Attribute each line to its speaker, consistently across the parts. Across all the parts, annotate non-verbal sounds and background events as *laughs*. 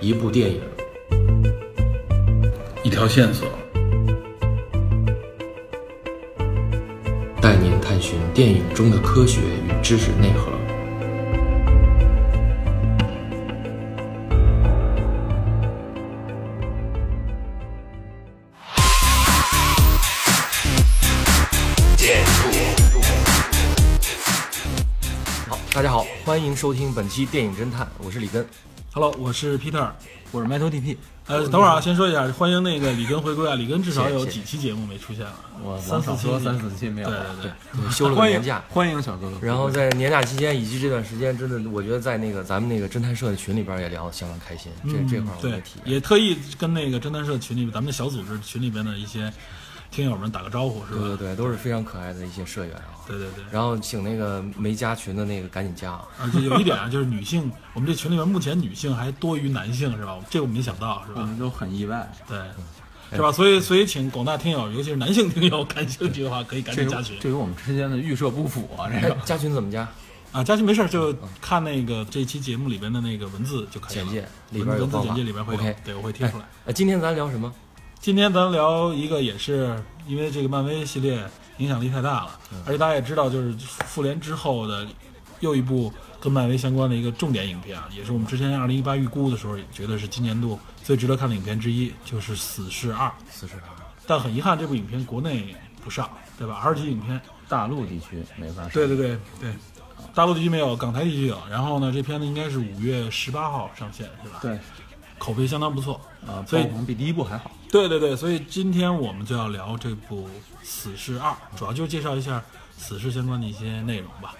Speaker 1: 一部电影，
Speaker 2: 一条线索，
Speaker 1: 带您探寻电影中的科学与知识内核。
Speaker 3: 好，大家好，欢迎收听本期电影侦探，我是李根。
Speaker 4: Hello，我是 Peter。
Speaker 5: 我是埋头 DP，
Speaker 4: 呃，等会儿啊，先说一下，欢迎那个李根回归啊！李根至少有
Speaker 3: 谢谢
Speaker 4: 几期节目没出现了，
Speaker 5: 我
Speaker 4: 三四期
Speaker 5: 说三四期没
Speaker 4: 对
Speaker 5: 有。啊
Speaker 4: 对对，
Speaker 3: 对休了个
Speaker 5: 欢迎
Speaker 3: 年假，
Speaker 5: 欢迎小哥哥。
Speaker 3: 然后在年假期间以及这段时间，真的我觉得在那个咱们那个侦探社的群里边也聊得相当开心，这
Speaker 4: 嗯
Speaker 3: 这块儿我也
Speaker 4: 对
Speaker 3: 体，验。
Speaker 4: 也特意跟那个侦探社群里咱们的小组织群里边的一些听友们打个招呼，是
Speaker 3: 对
Speaker 5: 呃
Speaker 3: 对
Speaker 4: 吧？
Speaker 3: 对，都是非常可爱的一些社员啊。
Speaker 4: 对对对。
Speaker 3: 然后请那个没加群的那个赶紧
Speaker 4: *laughs*
Speaker 3: 加啊。
Speaker 4: 而且有一点啊，就是女性，我们这群里面目前女性还多于男性，是吧？这个我没想到，是
Speaker 5: 我
Speaker 4: 吧？
Speaker 5: 们都很意外，嗯
Speaker 4: 对，是吧？所以，所以请广大听友，尤其是男性听友， *laughs* 感兴趣的话，可以赶
Speaker 5: 这
Speaker 4: 紧
Speaker 5: 与
Speaker 4: 加群
Speaker 5: 这与我们之间的预设不符啊！这
Speaker 3: 哎
Speaker 5: 个，
Speaker 3: 加群怎么加？
Speaker 4: 啊！加群没事儿，就看那个这期节目里边的那个文字就可以了。
Speaker 3: 简介里边
Speaker 4: 文
Speaker 3: 有
Speaker 4: 文字
Speaker 3: 方法。
Speaker 4: 简介里边会有
Speaker 3: OK，
Speaker 4: 对，我会贴出来。
Speaker 3: 呃，今天咱聊什么？
Speaker 4: 今天咱聊一个，也是因为这个漫威系列影响力太大了，
Speaker 3: 嗯
Speaker 4: 而且大家也知道，就是复联之后的又一部跟漫威相关的一个重点影片啊，也是我们之前二零一八预估的时候也觉得是今年度最值得看的影片之一，就是《死侍啊二》。
Speaker 3: 四十
Speaker 4: 但很遗憾，这部影片国内不上，对吧？R 级影片，
Speaker 5: 大陆地区没法上。
Speaker 4: *laughs* 对对对对，大陆地区没有，港台地区有。然后呢，这片子应该是五月十八号上线，是吧？，
Speaker 5: 对，
Speaker 4: 口碑相当不错。
Speaker 5: 啊，
Speaker 4: 所
Speaker 5: 爆
Speaker 4: 以
Speaker 5: 红比第一部还好。
Speaker 4: 对对对，所以今天我们就要聊这部《死侍二》，主要就是介绍一下死侍相关的一些内容吧。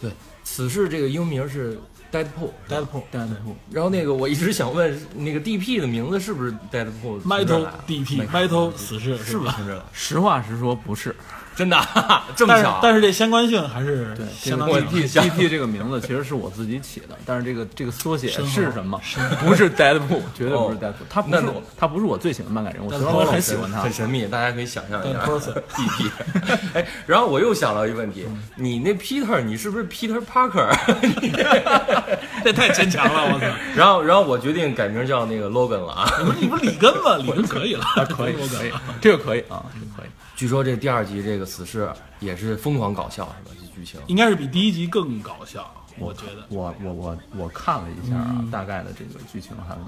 Speaker 3: 对，此事这个英名是 Deadpool。
Speaker 4: Deadpool、
Speaker 5: Deadpool
Speaker 3: 然后那个我一直想问，那个 DP 的名字是不是 Deadpool 从这儿
Speaker 4: Metal
Speaker 3: 来的
Speaker 4: DP、Metal 死侍
Speaker 3: 是不是
Speaker 4: 吧？
Speaker 3: 从这儿来的？
Speaker 5: 实话实说，不是。
Speaker 3: 真的啊、 *laughs* 这么
Speaker 4: 但是
Speaker 3: 巧啊？
Speaker 4: 但是这相关性还是
Speaker 5: 对，这
Speaker 4: 相当
Speaker 5: 个
Speaker 4: 强
Speaker 5: DP DP 这个名字其实是我自己起的，但是这个这个缩写
Speaker 4: 豪
Speaker 5: 是什么？不是 Deadpool，绝对不是
Speaker 3: 哦
Speaker 5: Deadpool。他不
Speaker 3: 那
Speaker 5: 是我，他不是我最喜欢的漫改人物，虽
Speaker 4: 但
Speaker 5: 然
Speaker 4: 他
Speaker 5: 我
Speaker 4: 是
Speaker 5: 很喜欢他
Speaker 3: 很。神秘，大家可以想象一下 *laughs*
Speaker 4: Person
Speaker 3: DP。哎，然后我又想到一个问题，
Speaker 5: 嗯
Speaker 3: 你那 Peter，你是不是 Peter Parker？
Speaker 4: 这太牵强了，
Speaker 5: *laughs*
Speaker 4: 我操！
Speaker 3: *laughs* 然后，然后我决定改名叫那个 Logan 了啊。
Speaker 4: 你不是李根吗？李根可以了， *laughs*
Speaker 5: 啊可以
Speaker 4: 我感
Speaker 5: 可
Speaker 4: 觉
Speaker 5: 以，这个可以啊，这个可以。
Speaker 3: 据说这第二集这个死侍也是疯狂搞笑，是吧？这剧情
Speaker 4: 应该是比第一集更搞笑，我觉得。
Speaker 5: 我我我我看了一下啊，大概的这个剧情还有，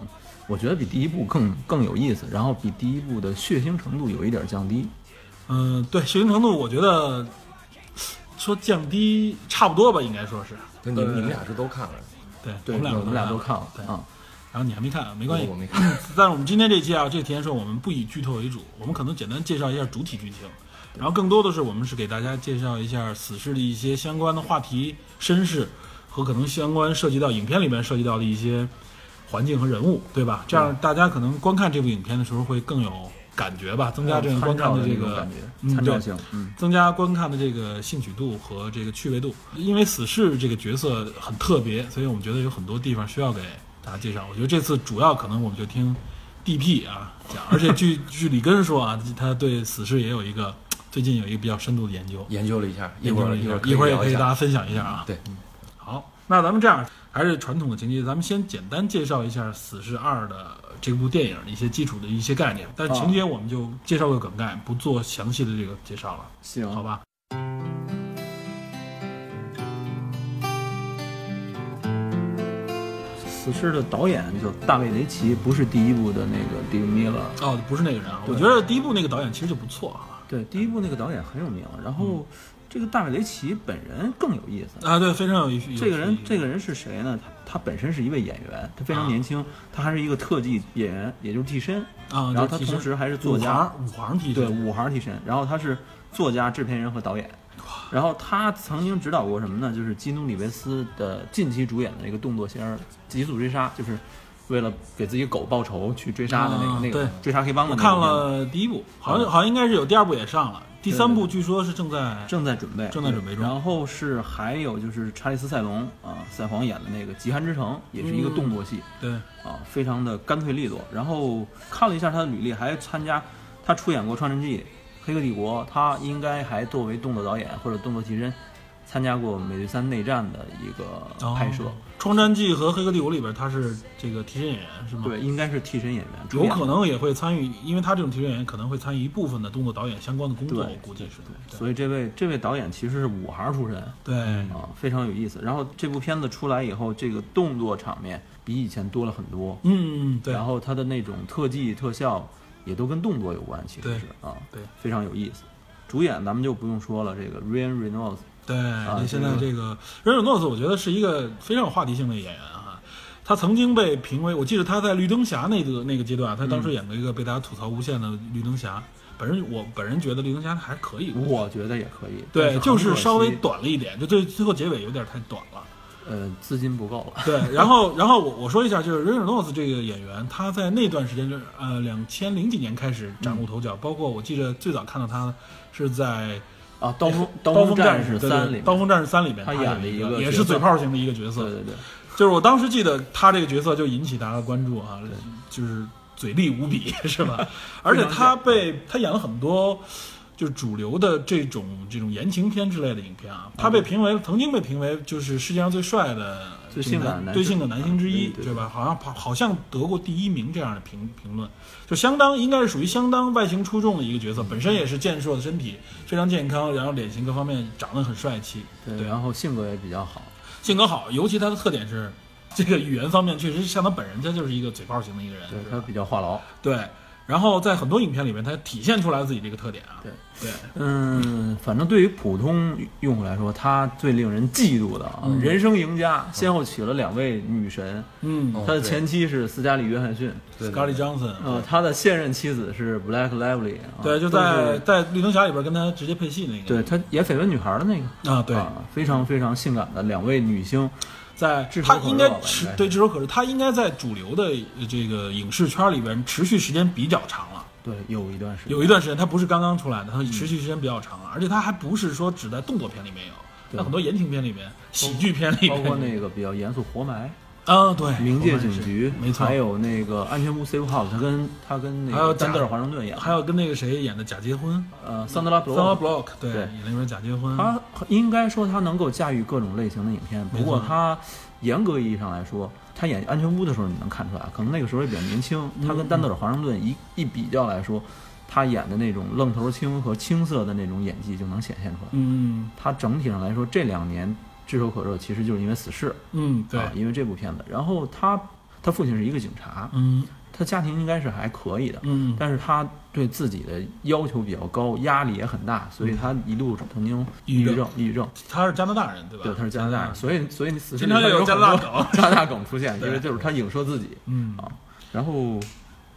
Speaker 5: 我觉得比第一部更更有意思，然后比第一部的血腥程度有一点降低。
Speaker 4: 嗯，对，血腥程度我觉得说降低差不多吧，应该说是。
Speaker 3: 就
Speaker 5: 呃
Speaker 3: 你们你们俩是都看了，
Speaker 4: 对，
Speaker 5: 对，
Speaker 4: 我们俩
Speaker 5: 我们俩都看了
Speaker 4: 了。对，
Speaker 5: 啊，
Speaker 4: 然后你还没看啊，没关系，
Speaker 3: 我没看。
Speaker 4: 但是我们今天这期啊，这个体验社我们不以剧透为主，我们可能简单介绍一下主体剧情，然后更多的是我们是给大家介绍一下死侍的一些相关的话题、身世和可能相关涉及到影片里面涉及到的一些环境和人物，对吧？这样大家可能观看这部影片的时候会更有感觉吧，增加这种观看的这
Speaker 5: 嗯参照的那种
Speaker 4: 个嗯
Speaker 5: 感觉，参照
Speaker 4: 对
Speaker 5: 性，嗯，
Speaker 4: 增加观看的这个兴趣度和这个趣味度。因为死侍这个角色很特别，所以我们觉得有很多地方需要给大家介绍。我觉得这次主要可能我们就听 DP 啊讲，而且据据李根说啊，他对死侍也有一个最近有一个比较深度的研究。
Speaker 3: 研究了一下，一
Speaker 4: 一
Speaker 3: 会
Speaker 4: 会
Speaker 3: 儿
Speaker 4: 儿一
Speaker 3: 会儿
Speaker 4: 一会儿也
Speaker 3: 聊
Speaker 4: 可以
Speaker 3: 一
Speaker 4: 大
Speaker 3: 下
Speaker 4: 家分享一下啊。
Speaker 3: 对，
Speaker 5: 嗯
Speaker 4: 好，那咱们这样，还是传统的情节，咱们先简单介绍一下《死侍二》的这部电影的一些基础的一些概念，但是情节我们就介绍个梗概，不做详细的这个介绍了。
Speaker 5: 行，
Speaker 4: 好吧。
Speaker 5: 死侍的导演就是大卫雷奇，不是第一部的那个迪米勒。
Speaker 4: 哦，不是那个人啊，我
Speaker 5: 对
Speaker 4: 觉得第一部那个导演其实就不错啊。
Speaker 5: 对，第一部那个导演很有名，然
Speaker 4: 嗯
Speaker 5: 后这个大卫雷奇本人更有意思。
Speaker 4: 啊，对，非常有意思。啊
Speaker 5: 这个人，这
Speaker 4: 个
Speaker 5: 个人是谁呢？他他本身是一位演员，他非常年轻，他还是一个特技演员，也就是替身。
Speaker 4: 啊，
Speaker 5: 然后
Speaker 4: 就是
Speaker 5: 他
Speaker 4: 替身
Speaker 5: 同时还是作家
Speaker 4: 五行五行替
Speaker 5: 对，
Speaker 4: 身，
Speaker 5: 五行替身。然后他是作家、制片人和导演。然后他曾经指导过什么呢？就是基努·里维斯的近期主演的那个动作片儿《极速追杀》，就是为了给自己狗报仇去追杀的那个、
Speaker 4: 啊
Speaker 5: 那个
Speaker 4: 对
Speaker 5: 追杀黑帮的
Speaker 4: 我
Speaker 5: 那个片嗯
Speaker 4: 看
Speaker 5: 子。
Speaker 4: 了第一部，好像好像应该是有第二部也上了，第三部据说是正在
Speaker 5: 正在准备，
Speaker 4: 正在准备中
Speaker 5: 然后是还有就是查理斯·塞隆啊，赛皇演的那个《极寒之城》，也是一
Speaker 4: 嗯
Speaker 5: 个动作戏、
Speaker 4: 对
Speaker 5: 啊，非常的干脆利落。然后看了一下他的履历，还参加他出演过《创世纪》《黑客帝国》，他应该还作为动作导演或者动作替身参加过美队三内战的一个拍摄，
Speaker 4: 哦《创战记》和《黑客帝国》里边，他是这个替身演员是吗？
Speaker 5: 对，，应该是替身演员，主
Speaker 4: 有
Speaker 5: 演
Speaker 4: 可能也会参与，因为他这种替身演员可能会参与一部分的动作导演相关的工作，
Speaker 5: 对
Speaker 4: 我估计是。对
Speaker 5: 所以这位这位导演其实是武行出身
Speaker 4: 对，嗯
Speaker 5: 啊，非常有意思。然后这部片子出来以后，这个动作场面比以前多了很多，
Speaker 4: 嗯，对
Speaker 5: 然，后它的那种特技特效也都跟动作有关，其实是啊，
Speaker 4: 对，
Speaker 5: 非常有意思。主演咱们就不用说了，这个 Ryan Reynolds
Speaker 4: 对，
Speaker 5: 啊
Speaker 4: 那现在
Speaker 5: 这
Speaker 4: 这个任尔诺斯，我觉得是一个非常有话题性的演员啊。他曾经被评为，我记得他在《绿灯侠》那个那个阶段，他当
Speaker 5: 嗯
Speaker 4: 时演过一个被大家吐槽无限的《绿灯侠》。本人我本人觉得《绿灯侠》还可以，
Speaker 5: 我觉得也可以，
Speaker 4: 嗯
Speaker 5: 但
Speaker 4: 对，
Speaker 5: 嗯很
Speaker 4: 就
Speaker 5: 可
Speaker 4: 是
Speaker 5: 惜
Speaker 4: 稍微短了一点，就最最后结尾有点太短了。
Speaker 5: 呃资金不够了，
Speaker 4: 对，然后然后我我说一下，就是瑞尔诺斯这个演员，他在那段时间就是呃两千零几年开始崭露头角，包括我记得最早看到他是在
Speaker 5: 啊。 *laughs* 刀锋
Speaker 4: 刀
Speaker 5: 锋战
Speaker 4: 战
Speaker 5: 士
Speaker 4: 对
Speaker 5: 三
Speaker 4: 对
Speaker 5: 里面，
Speaker 4: 刀锋战士三里面
Speaker 5: 他
Speaker 4: 演
Speaker 5: 演了
Speaker 4: 一
Speaker 5: 一个
Speaker 4: 也
Speaker 5: 角
Speaker 4: 是嘴
Speaker 5: 色
Speaker 4: 炮型的一个角色，
Speaker 5: 对对对，
Speaker 4: 就是我当时记得他这个角色就引起大家的关注啊，就是嘴利无比 *laughs* 是
Speaker 5: *laughs*
Speaker 4: 吧？而且他被他演了很多。就是主流的这种这种言情片之类的影片
Speaker 5: 哦
Speaker 4: 啊，他被评为曾经被评为就是世界上最帅的、
Speaker 5: 最性感的男
Speaker 4: 最性
Speaker 5: 生
Speaker 4: 感男星之一，
Speaker 5: 嗯对对
Speaker 4: 对吧？好像好好像得过第一名这样的评评论，就相当应该是属于相当外形出众的一个角
Speaker 5: 嗯
Speaker 4: 色，本身也是健硕的身体，非常健康，然后脸型各方面长得很帅气，
Speaker 5: 对，然后性格也比较好，
Speaker 4: 性格好，尤其他的特点是，这个语言方面确实像他本人，他就是一个嘴炮型的一个人，
Speaker 5: 对
Speaker 4: 是
Speaker 5: 他
Speaker 4: 吧
Speaker 5: 比较话痨。
Speaker 4: 对。然后在很多影片里面，他体现出来自己这个特点啊，
Speaker 5: 对
Speaker 4: 对
Speaker 5: 嗯，反正对于普通用户来说，他最令人嫉妒的啊，
Speaker 4: 嗯
Speaker 5: 人生赢家，先后娶了两位女神，
Speaker 4: 嗯
Speaker 1: 哦
Speaker 5: 他的
Speaker 1: 对
Speaker 5: 前妻是斯嘉丽·约翰逊，
Speaker 4: ，Scarlett Johnson，
Speaker 5: 呃，他的现任妻子是 Black Lively，啊
Speaker 4: 对，就
Speaker 5: 都
Speaker 4: 在
Speaker 5: 是
Speaker 4: 在绿灯侠里边跟他直接配戏那个，
Speaker 5: 对他演绯闻女孩的那个，
Speaker 4: 啊，对，嗯
Speaker 5: 啊，非常非常性感的两位女星，
Speaker 4: 在
Speaker 5: 炙手
Speaker 4: 他
Speaker 5: 可
Speaker 4: 应
Speaker 5: 热
Speaker 4: 该
Speaker 5: 吧
Speaker 4: 持
Speaker 5: 应该是
Speaker 4: 对炙手可热，他应该在主流的呃这个影视圈里边持续时间比较长了，
Speaker 5: 对，嗯有一段时间
Speaker 4: 有一段时间他不是刚刚出来的，他持续时间比较长了，而且他还不是说只在动作片里面有，他很多言情片里面、喜剧片里面，
Speaker 5: 包括那个比较严肃活埋、
Speaker 4: 啊，对，
Speaker 5: 冥界
Speaker 4: 我们
Speaker 5: 警
Speaker 4: 是
Speaker 5: 局，
Speaker 4: 没错，
Speaker 5: 还有那个安全屋 Safe House，他跟他跟那
Speaker 4: 还有
Speaker 5: 个丹
Speaker 4: 贾
Speaker 5: 德尔华盛顿演的，
Speaker 4: 还有跟那个谁演的假结婚
Speaker 5: 呃桑德拉布
Speaker 4: s
Speaker 5: 洛
Speaker 4: u m m Block，对，
Speaker 5: 对啊
Speaker 4: 演那边假结婚，
Speaker 5: 他应该说他能够驾驭各种类型的影片，
Speaker 4: 没错
Speaker 5: 不过他严格意义上来说，他演《安全屋》的时候你能看出来，可能那个时候也比较年轻。
Speaker 4: 嗯
Speaker 5: 他跟丹德尔·华盛顿一一比较来说，他演的那种愣头青和青涩的那种演技就能显现出来。
Speaker 4: 嗯
Speaker 5: 他整体上来说，这两年炙手可热，其实就是因为《死侍》
Speaker 4: 嗯，对，
Speaker 5: 啊，因为这部片子。然后他他父亲是一个警察，
Speaker 4: 嗯
Speaker 5: 他家庭应该是还可以的，
Speaker 4: 嗯，
Speaker 5: 但是他对自己的要求比较高，压力也很大，所以他一度曾经
Speaker 4: 嗯抑
Speaker 5: 抑
Speaker 4: 郁
Speaker 5: 郁
Speaker 4: 症
Speaker 5: 症，抑郁症。
Speaker 4: 他是加拿大人对吧？
Speaker 5: 对，他是加拿大人，
Speaker 4: 人，
Speaker 5: 所以所以你死
Speaker 4: 经常有加拿大
Speaker 5: 梗，加拿大梗
Speaker 4: *laughs*
Speaker 5: 出现，
Speaker 4: 对
Speaker 5: 因为就是他影射自己。
Speaker 4: 嗯
Speaker 5: 啊然后，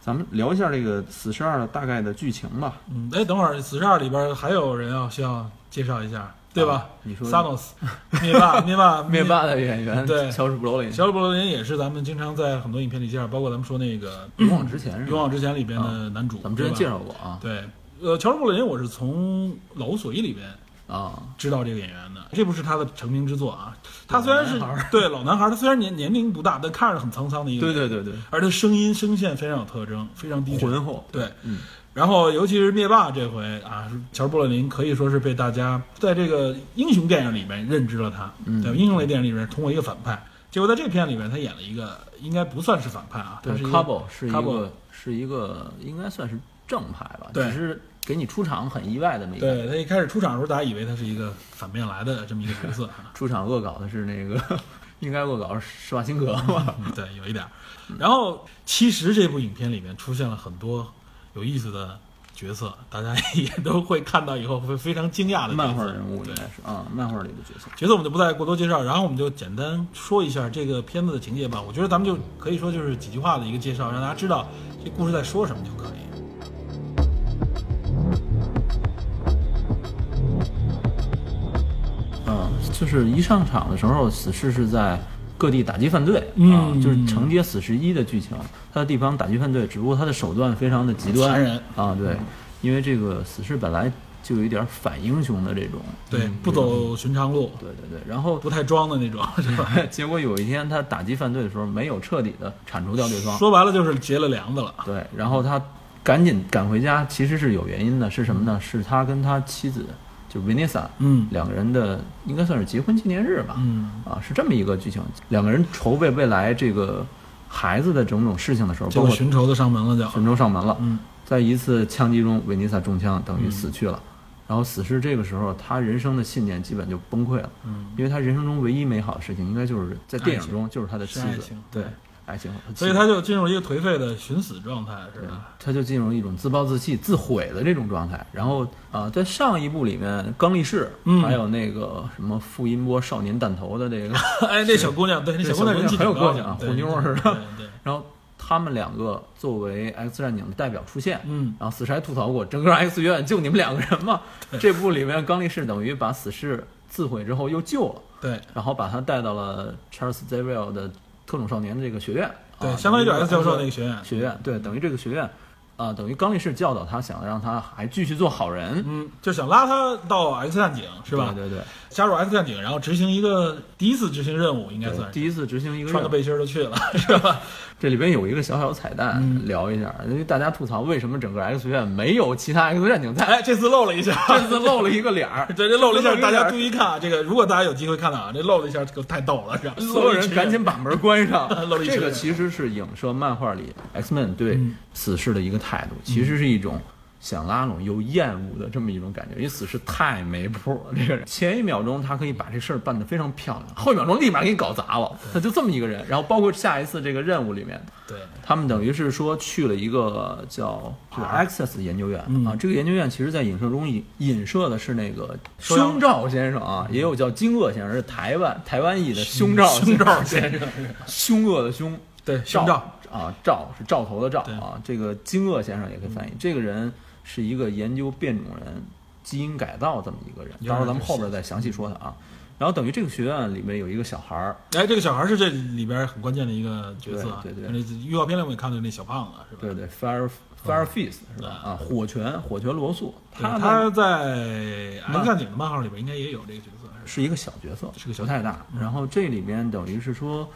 Speaker 5: 咱们聊一下这个《死侍二》的大概的剧情吧，
Speaker 4: 嗯，哎，等会儿四十二里边还有人要需要介绍一下，对吧？
Speaker 5: 啊你说
Speaker 4: s a n o s 灭
Speaker 5: *laughs*
Speaker 4: 霸，灭霸，
Speaker 5: 灭。霸的演员
Speaker 4: 对
Speaker 5: 乔治·布罗林，
Speaker 4: 小李布罗林也是咱们经常在很多影片里介绍，包括咱们说那个
Speaker 5: 勇往直前
Speaker 4: 《
Speaker 5: 是
Speaker 4: 勇
Speaker 5: 吧？
Speaker 4: 往直前》里边的
Speaker 5: 嗯啊
Speaker 4: 男主，
Speaker 5: 咱们之
Speaker 4: 对
Speaker 5: 前
Speaker 4: 吧
Speaker 5: 介绍过啊
Speaker 4: 对，呃，乔治·布罗林我是从《老无所依》里边
Speaker 5: 啊，
Speaker 4: 知道这个演员的，这不是他的成名之作啊。他虽然是
Speaker 5: 老男
Speaker 4: 对老男孩，他虽然年年龄不大，但看着很沧桑的一个
Speaker 5: 对
Speaker 4: 人，
Speaker 5: 对对对，
Speaker 4: 而他声音声线非常有特征，非常低沉，
Speaker 5: 浑厚，
Speaker 4: 对，
Speaker 5: 嗯
Speaker 4: 然后尤其是灭霸这回啊，乔治·布洛林可以说是被大家在这个英雄电影里面认知了他，
Speaker 5: 嗯
Speaker 4: 对吧，英雄类电影里面通过一个反派，结果在这片里面他演了一个应该不算是反派啊，
Speaker 5: 对
Speaker 4: 他是一个
Speaker 5: Cabo 是一
Speaker 4: Cabo
Speaker 5: 个是一个应该算是正牌吧，
Speaker 4: 对
Speaker 5: 只是给你出场很意外的那个，
Speaker 4: 对他一开始出场的时候，大家以为他是一个反面来的这么一个角色啊，
Speaker 5: 出场恶搞的是那个， *laughs* 应该恶搞是施瓦辛格吧？
Speaker 4: 嗯 *laughs* 对，有一点儿。然后其实这部影片里面出现了很多有意思的角色，大家 *laughs* 也都会看到以后会非常惊讶的角色嗯
Speaker 5: 漫画人物应
Speaker 4: 对
Speaker 5: 该是啊，漫画里的角色。
Speaker 4: 角色我们就不再过多介绍，然后我们就简单说一下这个片子的情节吧。我觉得咱们就可以说就是几句话的一个介绍，让大家知道这故事在说什么就可以。
Speaker 5: 嗯，就是一上场的时候，死侍是在各地打击犯罪，啊
Speaker 4: 嗯，
Speaker 5: 就是承接死侍一的剧情，他的地方打击犯罪，只不过他的手段非常的极端，
Speaker 4: 残忍
Speaker 5: 啊，对，因为这个死侍本来就有一点反英雄的这种，
Speaker 4: 对，不走寻常路，
Speaker 5: 对对对，然后
Speaker 4: 不太装的那种，
Speaker 5: 嗯
Speaker 4: 是吧？
Speaker 5: *laughs* 结果有一天他打击犯罪的时候，没有彻底的铲除掉对方，
Speaker 4: 说白了就是结了梁子了。
Speaker 5: 对，然后他赶紧赶回家，其实是有原因的，是什么呢？是他跟他妻子，就 Vanessa
Speaker 4: 嗯
Speaker 5: 两个人的应该算是结婚纪念日吧，
Speaker 4: 嗯，
Speaker 5: 啊，是这么一个剧情。两个人筹备未来这个孩子的种种事情的时候，
Speaker 4: 结
Speaker 5: 包
Speaker 4: 果
Speaker 5: 括
Speaker 4: 寻仇的上门了就，
Speaker 5: 神州上门了，
Speaker 4: 嗯
Speaker 5: 在一次枪击中，维尼萨中枪，等于死去了。然后死侍这个时候，他人生的信念基本就崩溃了，
Speaker 4: 嗯，
Speaker 5: 因为他人生中唯一美好的事情，应该就是在电影中就是他的妻
Speaker 4: 是爱
Speaker 5: 子
Speaker 4: 情，
Speaker 5: 对爱情和妻子，
Speaker 4: 所以他就进入一个颓废的寻死状态，是
Speaker 5: 对
Speaker 4: 吧？
Speaker 5: 他就进入一种自暴自弃、自毁的这种状态。然后啊、呃在上一部里面，刚力士，
Speaker 4: 嗯
Speaker 5: 还有那个什么傅音波少年弹头的这
Speaker 4: *laughs*
Speaker 5: 个，
Speaker 4: 哎，那小姑娘，对，那
Speaker 5: 嗯对
Speaker 4: 小姑娘
Speaker 5: 小姑娘
Speaker 4: 人气
Speaker 5: 很有
Speaker 4: 挺高
Speaker 5: 个性
Speaker 4: 的
Speaker 5: 啊，
Speaker 4: 对
Speaker 5: 虎妞儿
Speaker 4: 对
Speaker 5: 是吧
Speaker 4: 对
Speaker 5: *laughs*
Speaker 4: 对，
Speaker 5: 然后他们两个作为 X 战警的代表出现，
Speaker 4: 嗯
Speaker 5: 然后死侍还吐槽过，整个 X 院就你们两个人嘛。这部里面，刚力士等于把死侍自毁之后又救了，
Speaker 4: 对
Speaker 5: 然后把他带到了 Charles Xavier 的特种少年的这个学院，啊
Speaker 4: 对，相当于就是 X 教授那个
Speaker 5: 个
Speaker 4: 学院，
Speaker 5: 学院，对，等于这个学院，啊、等于刚力士教导他，想让他还继续做好人，
Speaker 4: 嗯，就想拉他到 X 战警是吧？
Speaker 5: 对对对，
Speaker 4: 加入 X 战警，然后执行一个第一次执行任务，应该
Speaker 5: 对
Speaker 4: 算是
Speaker 5: 第一次执行一个
Speaker 4: 穿个
Speaker 5: 任务
Speaker 4: 背心儿就去
Speaker 5: *laughs*
Speaker 4: 了，是吧？
Speaker 5: 这里边有一个小小的彩蛋，
Speaker 4: 嗯
Speaker 5: 聊一下，因为大家吐槽为什么整个 X 院没有其他 X 战警在，
Speaker 4: 哎，这次露了一下，
Speaker 5: 这次露了一个脸儿，
Speaker 4: *laughs* 对，这露了一下，大家注
Speaker 5: 对
Speaker 4: 意看啊，这个如果大家有机会看到啊，这露了一下，可太逗了，是吧？
Speaker 5: 所有人赶紧
Speaker 4: 把
Speaker 5: 把门
Speaker 4: *laughs*
Speaker 5: 关上
Speaker 4: 露了。一身
Speaker 5: 这个其实是影射漫画里 X Men 对
Speaker 4: 嗯
Speaker 5: 死侍的一个态度，其实是一种想拉拢又厌恶的这么一种感觉，因为死侍太没谱了。这个人前一秒钟他可以把这事儿办得非常漂亮，后一秒钟立马给你搞砸了，他就这么一个人。然后包括下一次这个任务里面，
Speaker 4: 对，
Speaker 5: 他们等于是说去了一个叫就是 Access 研究院、
Speaker 4: 啊嗯
Speaker 5: 啊，这个研究院其实在影射中引引射的是那个
Speaker 4: 说要
Speaker 5: 胸罩先生啊，
Speaker 4: 嗯
Speaker 5: 也有叫惊愕先生，是台湾台湾裔的胸罩
Speaker 4: 胸罩
Speaker 5: 先生，
Speaker 4: 先生，
Speaker 5: *laughs* 凶恶的凶，
Speaker 4: 对，胸罩，
Speaker 5: 啊，兆是兆头的兆
Speaker 4: 对
Speaker 5: 啊，这个惊愕先生也可以翻译，这个人是一个研究变种人基因改造这么一个人，
Speaker 4: 有点
Speaker 5: 到时候咱们
Speaker 4: 这
Speaker 5: 后边再详细说他啊。然后等于这个学院里面有一个小孩儿，
Speaker 4: 哎，这个小孩是这里边很关键的一个角色啊，
Speaker 5: 对对对
Speaker 4: 那预告片里我们也看到那小胖子是吧？
Speaker 5: 对对，Fire Fire Fist 是吧？啊，火拳火拳罗素，
Speaker 4: 他
Speaker 5: 他
Speaker 4: 他在《X 战警》的漫画里边应该也有这个角色，是吧
Speaker 5: 是一个小角色，
Speaker 4: 是个小嗯
Speaker 5: 不太大。然后这里边等于是说，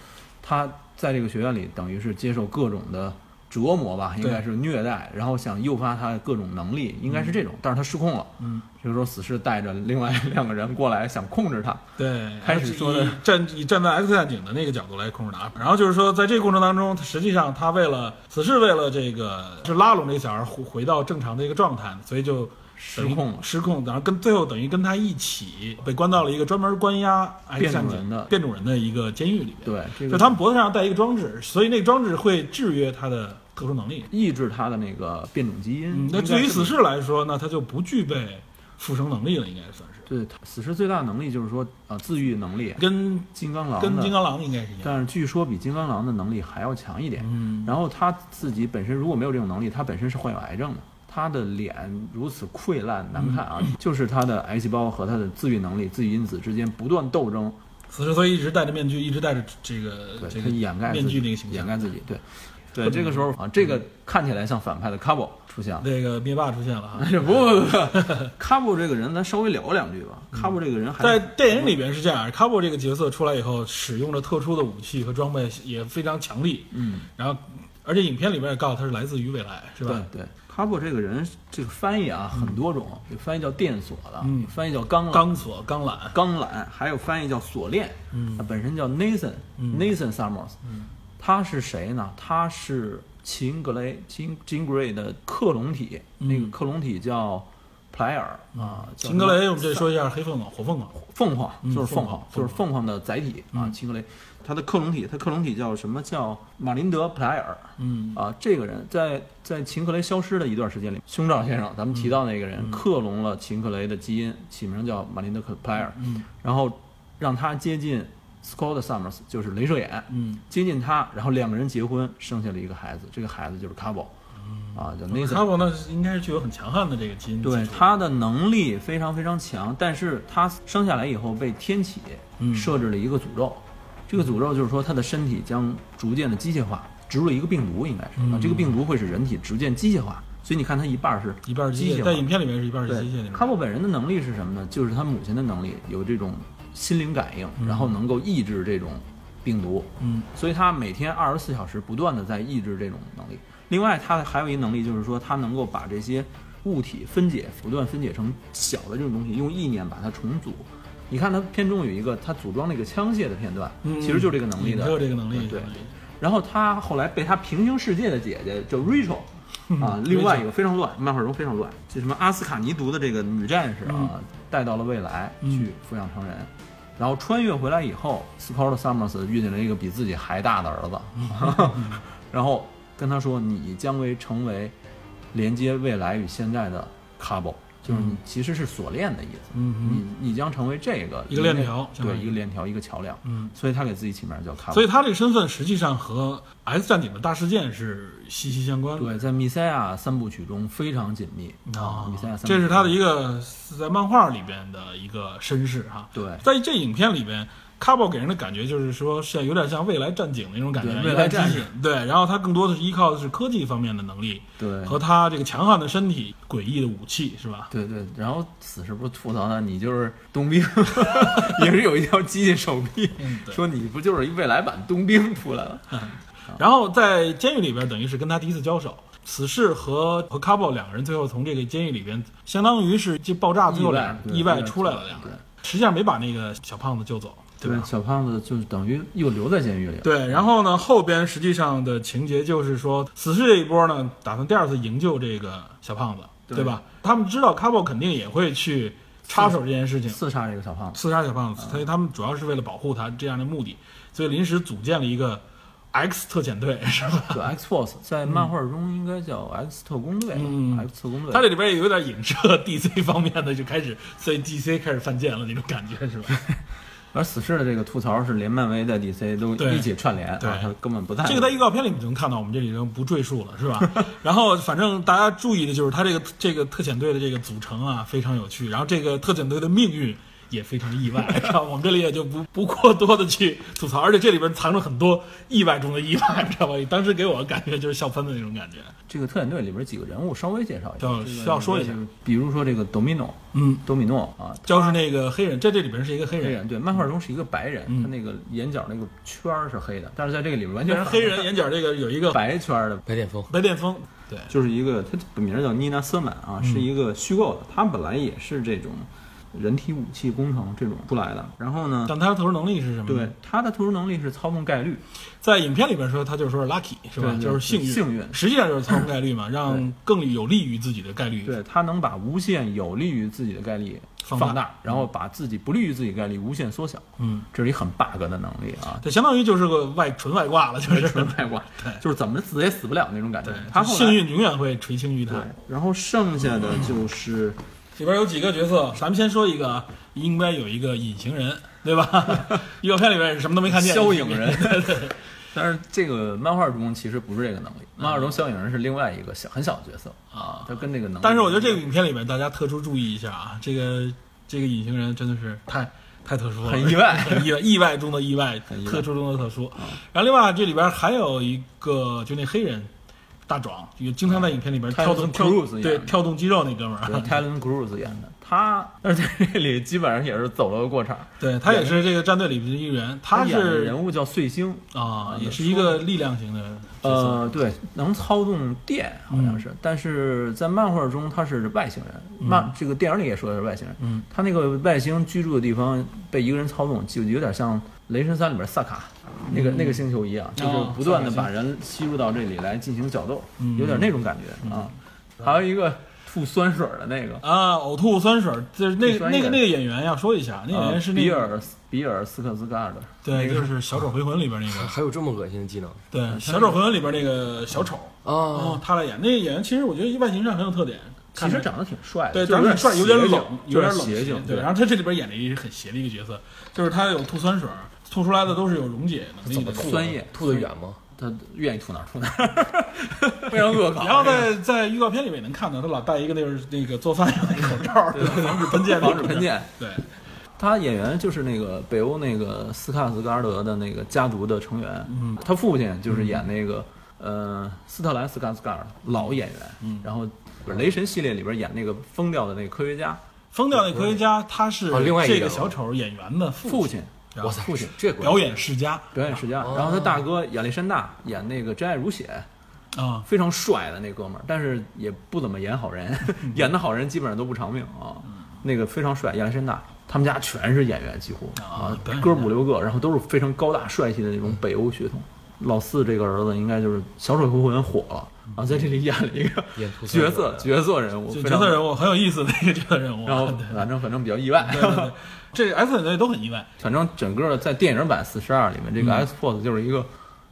Speaker 5: 他在这个学院里等于是接受各种的折磨吧，应该是虐待，然后想诱发他的各种能力，应该是这种。但是他失控了，
Speaker 4: 嗯，
Speaker 5: 这个时候死侍带着另外 *laughs* 两个人过来想控制他，
Speaker 4: 对，
Speaker 5: 开始说的
Speaker 4: 以站以站在 X 战警的那个角度来控制他，然后就是说，在这个过程当中，实际上他为了死侍为了这个是拉拢这个小孩回回到正常的一个状态，所以就
Speaker 5: 失控了。
Speaker 4: 失控，然后跟最后等于跟他一起被关到了一个专门关押 X
Speaker 5: 变
Speaker 4: 战
Speaker 5: 种
Speaker 4: 警
Speaker 5: 人的
Speaker 4: 变种人的一个监狱里边。
Speaker 5: 对，这个
Speaker 4: 就他们脖子上戴一个装置，所以那个装置会制约他的特殊能力。
Speaker 5: 抑制他的那个变种基因。
Speaker 4: 嗯，那
Speaker 5: 应该
Speaker 4: 对于
Speaker 5: 是
Speaker 4: 死侍来说，那他就不具备复生能力了，应该算是
Speaker 5: 对死侍最大的能力就是说啊，自愈能力，
Speaker 4: 跟
Speaker 5: 金刚狼的
Speaker 4: 跟金刚狼应该是一样。
Speaker 5: 但是据说比金刚狼的能力还要强一点。
Speaker 4: 嗯，
Speaker 5: 然后他自己本身如果没有这种能力，他本身是患有癌症的。他的脸如此溃烂难看
Speaker 4: 嗯
Speaker 5: 啊，就是他的癌细胞和他的自愈能力、自愈因子之间不断斗争，
Speaker 4: 死侍所以一直戴着面具，一直戴着这个
Speaker 5: 对，
Speaker 4: 这
Speaker 5: 他
Speaker 4: 个
Speaker 5: 掩盖自己
Speaker 4: 面具那个形
Speaker 5: 掩
Speaker 4: 象。
Speaker 5: 盖自己。对，对，
Speaker 4: 嗯
Speaker 5: 这个时候啊，这个看起来像反派的 Cabo 出现了。
Speaker 4: 那个灭霸出现了哈，啊
Speaker 5: 不不不不，Cabo 这个人，咱稍微聊两句吧。Cabo
Speaker 4: 嗯
Speaker 5: 这个人还
Speaker 4: 在电影里边是这样，卡布这个角色出来以后，使用的特殊的武器和装备也非常强力，
Speaker 5: 嗯，
Speaker 4: 然后而且影片里边也告诉他是来自于未来，是吧？
Speaker 5: 对对，Cabo 这个人，这个翻译啊很多种，有翻译叫电锁的，
Speaker 4: 嗯
Speaker 5: 有翻译叫钢缆
Speaker 4: 钢索、钢缆，
Speaker 5: 钢缆，还有翻译叫锁链，
Speaker 4: 嗯
Speaker 5: 它本身叫 Nathan、Nathan Summers，、他是谁呢？他是秦格雷秦秦格雷的克隆体，
Speaker 4: 嗯
Speaker 5: 那个克隆体叫普莱尔啊，叫
Speaker 4: 秦格雷，我们这说一下黑凤凰、火凤凰，
Speaker 5: 凤凰
Speaker 4: 嗯
Speaker 5: 就是凤
Speaker 4: 凤凰嗯
Speaker 5: 就是凤凰的载体啊，秦格雷，他的克隆体，他克隆体叫什么叫马林德普莱尔，
Speaker 4: 嗯，
Speaker 5: 啊，这个人在在秦克雷消失的一段时间里，胸罩先生，咱们提到那个人、克隆了秦克雷的基因，起名叫马林德克普莱尔，
Speaker 4: 嗯
Speaker 5: 然后让他接近 Scott Summers，就是镭射眼，
Speaker 4: 嗯，
Speaker 5: 接近他，然后两个人结婚，生下了一个孩子，这个孩子就是 Cabo，、啊，叫 Nathan。
Speaker 4: 卡布呢应该是具有很强悍的这个基因基础，
Speaker 5: 对他的能力非常非常强，但是他生下来以后被天启
Speaker 4: 嗯
Speaker 5: 设置了一个诅咒，这个诅咒就是说他的身体将逐渐的机械化，植入了一个病毒，应该是、
Speaker 4: 嗯
Speaker 5: 啊，这个病毒会使人体逐渐机械化，所以你看他一半儿是
Speaker 4: 一半是机
Speaker 5: 械
Speaker 4: 械，
Speaker 5: 化
Speaker 4: 在，影片里面是一半是机械
Speaker 5: 对
Speaker 4: 那，
Speaker 5: 卡
Speaker 4: 种。
Speaker 5: 布本人的能力是什么呢？就是他母亲的能力，有这种心灵感应，然后能够抑制这种病毒，
Speaker 4: 嗯，
Speaker 5: 所以他每天二十四小时不断的在抑制这种能力。另外，他还有一能力就是说，他能够把这些物体分解、不断分解成小的这种东西，用意念把它重组。你看它片中有一个他组装那个枪械的片段，
Speaker 4: 嗯
Speaker 5: 其实就这个能力的，
Speaker 4: 有这个能力，
Speaker 5: 对。然后他后来被他平行世界的姐姐叫 Rachel
Speaker 4: 嗯
Speaker 5: 啊，另外一个非常乱，漫画中非常乱，这什么阿斯卡尼读的这个女战士
Speaker 4: 嗯
Speaker 5: 啊，带到了未来去抚养成人，然后穿越回来以后，Scarlet Summers 遇见了一个比自己还大的儿子，
Speaker 4: 嗯
Speaker 5: *laughs* 然后跟他说：“你将会成为连接未来与现在的 Cable，就是你其实是锁链的意思，
Speaker 4: 嗯
Speaker 5: 你你将成为这个
Speaker 4: 一个链条相当
Speaker 5: 对，
Speaker 4: 于
Speaker 5: 一个链条，一个桥梁。
Speaker 4: 嗯，
Speaker 5: 所以他给自己起名叫 Cable。
Speaker 4: 所以他这个身份实际上和 X 战警的大事件是息息相关的。
Speaker 5: 对，在《弥赛亚》三部曲中非常紧密
Speaker 4: 啊
Speaker 5: 弥赛亚》三部曲
Speaker 4: 这是他的一个在漫画里边的一个身世哈。
Speaker 5: 对
Speaker 4: 在这影片里边，卡宝给人的感觉就是说，像有点像未来战警那种感觉，
Speaker 5: 对
Speaker 4: 一
Speaker 5: 未
Speaker 4: 台
Speaker 5: 来战
Speaker 4: 机器对，然后他更多的是依靠的是科技方面的能力
Speaker 5: 对
Speaker 4: 和他这个强悍的身体、诡异的武器，是吧？
Speaker 5: 对对，然后死侍不是吐槽他，你就是冬兵， *laughs* 也是有一条机器手臂，
Speaker 4: 嗯对
Speaker 5: 说你不就是一未来版冬兵出来了？
Speaker 4: 然后在监狱里边，等于是跟他第一次交手。死侍和和卡宝两个人最后从这个监狱里边，相当于是这爆炸最后两
Speaker 5: 意外对
Speaker 4: 意
Speaker 5: 意
Speaker 4: 外
Speaker 5: 外
Speaker 4: 出来了两个
Speaker 5: 出来
Speaker 4: 人，实际上没把那个小胖子救走，对吧？
Speaker 5: 小胖子就是等于又留在监狱里了。
Speaker 4: 对，然后呢，后边实际上的情节就是说，死侍这一波呢，打算第二次营救这个小胖子，对
Speaker 5: 对
Speaker 4: 吧？他们知道卡宝肯定也会去插手这件事情，
Speaker 5: 刺杀这个小胖子，
Speaker 4: 刺杀小胖子，所以他们主要是为了保护他这样的目的，所以临时组建了一个 X 特遣队，是吧？
Speaker 5: 对 X Force 在漫画中应该叫 X 特工队吧、
Speaker 4: 嗯
Speaker 5: x 特工队。
Speaker 4: 它这里边也有点影射 DC *laughs* 方面的，就开始，所以 DC 开始犯贱了那种感觉，是 *laughs* 吧？
Speaker 5: 而死侍的这个吐槽是连漫威在 DC 都
Speaker 4: 对
Speaker 5: 一起串联，
Speaker 4: 对
Speaker 5: 啊，他根本不在乎。
Speaker 4: 这个在预告片里你就能看到，我们这里就不赘述了，是 *laughs* 吧？然后反正大家注意的就是他这个这个特遣队的这个组成啊非常有趣，然后这个特遣队的命运也非常 *laughs* 意外，是吧？我们这里也就不不过多的去吐槽，而且这里边藏着很多意外中的意外，知道吧？当时给我的感觉就是笑喷的那种感觉，
Speaker 5: 这个特遣队里边几个人物稍微介绍一下，
Speaker 4: 要需要说一下，
Speaker 5: 比如说这个 Domino，
Speaker 4: 嗯，
Speaker 5: 多米诺啊，
Speaker 4: 就是那个黑人，在这里边是一个黑
Speaker 5: 黑
Speaker 4: 人，
Speaker 5: 人对，漫画中是一个白人，
Speaker 4: 嗯
Speaker 5: 他那个眼角那个圈儿是黑的，但是在这个里面完全
Speaker 4: 但是
Speaker 5: 是
Speaker 4: 黑人眼角这个有一个
Speaker 5: 白圈儿的，
Speaker 1: 白癜风，
Speaker 4: 白癜风，对，
Speaker 5: 就是一个他本名叫妮娜瑟曼
Speaker 4: 嗯
Speaker 5: 啊，是一个虚构的，他本来也是这种人体武器工程这种出来的，然后呢，
Speaker 4: 但他的特殊能力是什么？
Speaker 5: 对，他的特殊能力是操控概率，
Speaker 4: 在影片里边说，他就是说是 lucky 是吧？
Speaker 5: 对对
Speaker 4: 就是幸运，
Speaker 5: 幸运
Speaker 4: 实际上就是操控概率嘛，让更有利于自己的概率。
Speaker 5: 对他能把无限有利于自己的概率
Speaker 4: 放
Speaker 5: 放
Speaker 4: 大
Speaker 5: 大，然后把自己不利于自己的概率无限缩小，
Speaker 4: 嗯，
Speaker 5: 这是一很 bug 的能力 *laughs* 啊，
Speaker 4: 这相当于就是个外纯外挂了，就是
Speaker 5: 纯外挂，就是怎么死也死不了那种感觉
Speaker 4: 对，，
Speaker 5: 他
Speaker 4: 就
Speaker 5: 后来
Speaker 4: 幸。运嗯永远会垂青于他
Speaker 5: 对。，然后剩下的就是
Speaker 4: 里边有几个角色，咱们先说一个，啊，应该有一个隐形人，对
Speaker 5: *laughs*
Speaker 4: 吧？预告片里边是什么都没看见，
Speaker 5: 消影人，
Speaker 4: *laughs*
Speaker 5: 但是这个漫画中其实不是这个能力，漫画中消影人是另外一个小很小的角色
Speaker 4: 嗯啊。
Speaker 5: 他跟这个能力，
Speaker 4: 但是我觉得这个影片里边大家特殊注意一下啊，这个这个隐形人真的是太太特殊了，
Speaker 5: 很意外
Speaker 4: *laughs* 很意外，意外中的意外，
Speaker 5: *laughs* 很意外啊
Speaker 4: 特殊中的特殊。然后另外这里边还有一个就那黑人大壮，也经常在影片里边
Speaker 5: 泰
Speaker 4: 跳
Speaker 5: 勒
Speaker 4: 动
Speaker 5: 跟
Speaker 4: 跳
Speaker 5: Cruise 一样
Speaker 4: 对跳动肌肉那哥们儿
Speaker 5: 对
Speaker 4: 啊，
Speaker 5: Talon Cruz 演的，他但是在这里基本上也是走了个过场。
Speaker 4: 对他也是这个战队里边的一员，
Speaker 5: 他演的
Speaker 4: 是
Speaker 5: 人物叫碎星，
Speaker 4: 啊
Speaker 5: 啊
Speaker 4: 也是一个力量型的角色，嗯
Speaker 5: 呃，对，能操纵电好像是，但是在漫画中他是外星人，漫这个电影里也说的是外星人。
Speaker 4: 嗯，
Speaker 5: 他那个外星居住的地方被一个人操纵，就有点像《雷神三》里边萨卡那个那个星球一样，就是
Speaker 4: 嗯哦
Speaker 5: 不断的
Speaker 4: 萨卡
Speaker 5: 把人吸入到这里来进行角斗
Speaker 4: 嗯，
Speaker 5: 有点那种感觉啊。还有一个吐酸水的那个，
Speaker 4: 啊，呕吐酸水，就是那
Speaker 5: 这
Speaker 4: 个
Speaker 5: 专
Speaker 4: 那
Speaker 5: 业
Speaker 4: 个那个演员要说一下，那个演员是
Speaker 5: 呃
Speaker 4: 那
Speaker 5: 比
Speaker 4: 个
Speaker 5: 尔比尔斯克斯嘎尔的，
Speaker 4: 对，就是《小丑回魂》里边那
Speaker 1: 还
Speaker 5: *laughs*
Speaker 4: 个，
Speaker 1: 还有这么恶心的技能
Speaker 4: 对，
Speaker 5: 呃
Speaker 4: 《小丑回魂》里边那个小丑，
Speaker 1: 啊！
Speaker 4: 哦，他来演那个演员，其实我觉得外形上很有特点，
Speaker 5: 其实长得挺帅
Speaker 4: 对
Speaker 5: 的，
Speaker 4: 长得很帅，有点冷，有
Speaker 5: 有
Speaker 4: 点冷
Speaker 5: 邪性
Speaker 4: 性。，对，然后他这里边演了一个很邪的一个角色，就是他有吐酸水儿，吐出来的都是有溶解能力的。
Speaker 1: 吐
Speaker 5: 酸液
Speaker 1: 吐得远吗？
Speaker 5: 他愿意吐哪儿吐哪儿， *laughs* 非常恶
Speaker 4: *laughs*
Speaker 5: 搞。
Speaker 4: 然后在在预告片里面也能看到，他老戴一个那个那个做饭用那口罩，对，防止喷溅，
Speaker 5: 防止喷。溅。
Speaker 4: 对，
Speaker 5: 他演员就是那个北欧那个斯卡斯加尔德的那个家族的成员，嗯，他父亲就是演那个、呃斯特兰斯卡斯加尔老演员，嗯，然后雷神系列里边演那个疯掉的那个科学家
Speaker 4: 疯掉那科学家，他是
Speaker 5: 啊
Speaker 1: 哦另外一个
Speaker 4: 这个小丑演员的父
Speaker 5: 父
Speaker 4: 亲，
Speaker 5: 亲，
Speaker 4: 然后
Speaker 1: 哇塞
Speaker 5: 父亲，
Speaker 1: 这鬼
Speaker 4: 表演世家，
Speaker 5: 表演世家，
Speaker 1: 哦
Speaker 5: 然后他大哥亚历山大演那个真爱如血，
Speaker 4: 啊，
Speaker 5: 非常帅的那哥们儿，但是也不怎么演好人， *laughs* 演的好人基本上都不长命啊。
Speaker 4: 嗯
Speaker 5: 那个非常帅，亚历山大，他们家全是演员，几乎
Speaker 4: 啊
Speaker 5: 啊
Speaker 4: 表演，
Speaker 5: 哥
Speaker 4: 家
Speaker 5: 五六个，然后都是非常高大帅气的那种
Speaker 4: 嗯
Speaker 5: 北欧血统。老四这个儿子应该就是《小丑回魂》火了，然后在这里演了一个
Speaker 4: 嗯
Speaker 1: 演出
Speaker 5: 角色角色人物，
Speaker 4: 就
Speaker 5: 非
Speaker 4: 角
Speaker 5: 常
Speaker 4: 色人物很有意思的一个角色人物。
Speaker 5: 然后
Speaker 4: 对
Speaker 5: 反正反正比较意外，
Speaker 4: 对对对，这 X 粉队都很意外。
Speaker 5: *laughs* 反正整个在电影版四十二里面，这个
Speaker 4: 嗯
Speaker 5: X Force 就是一个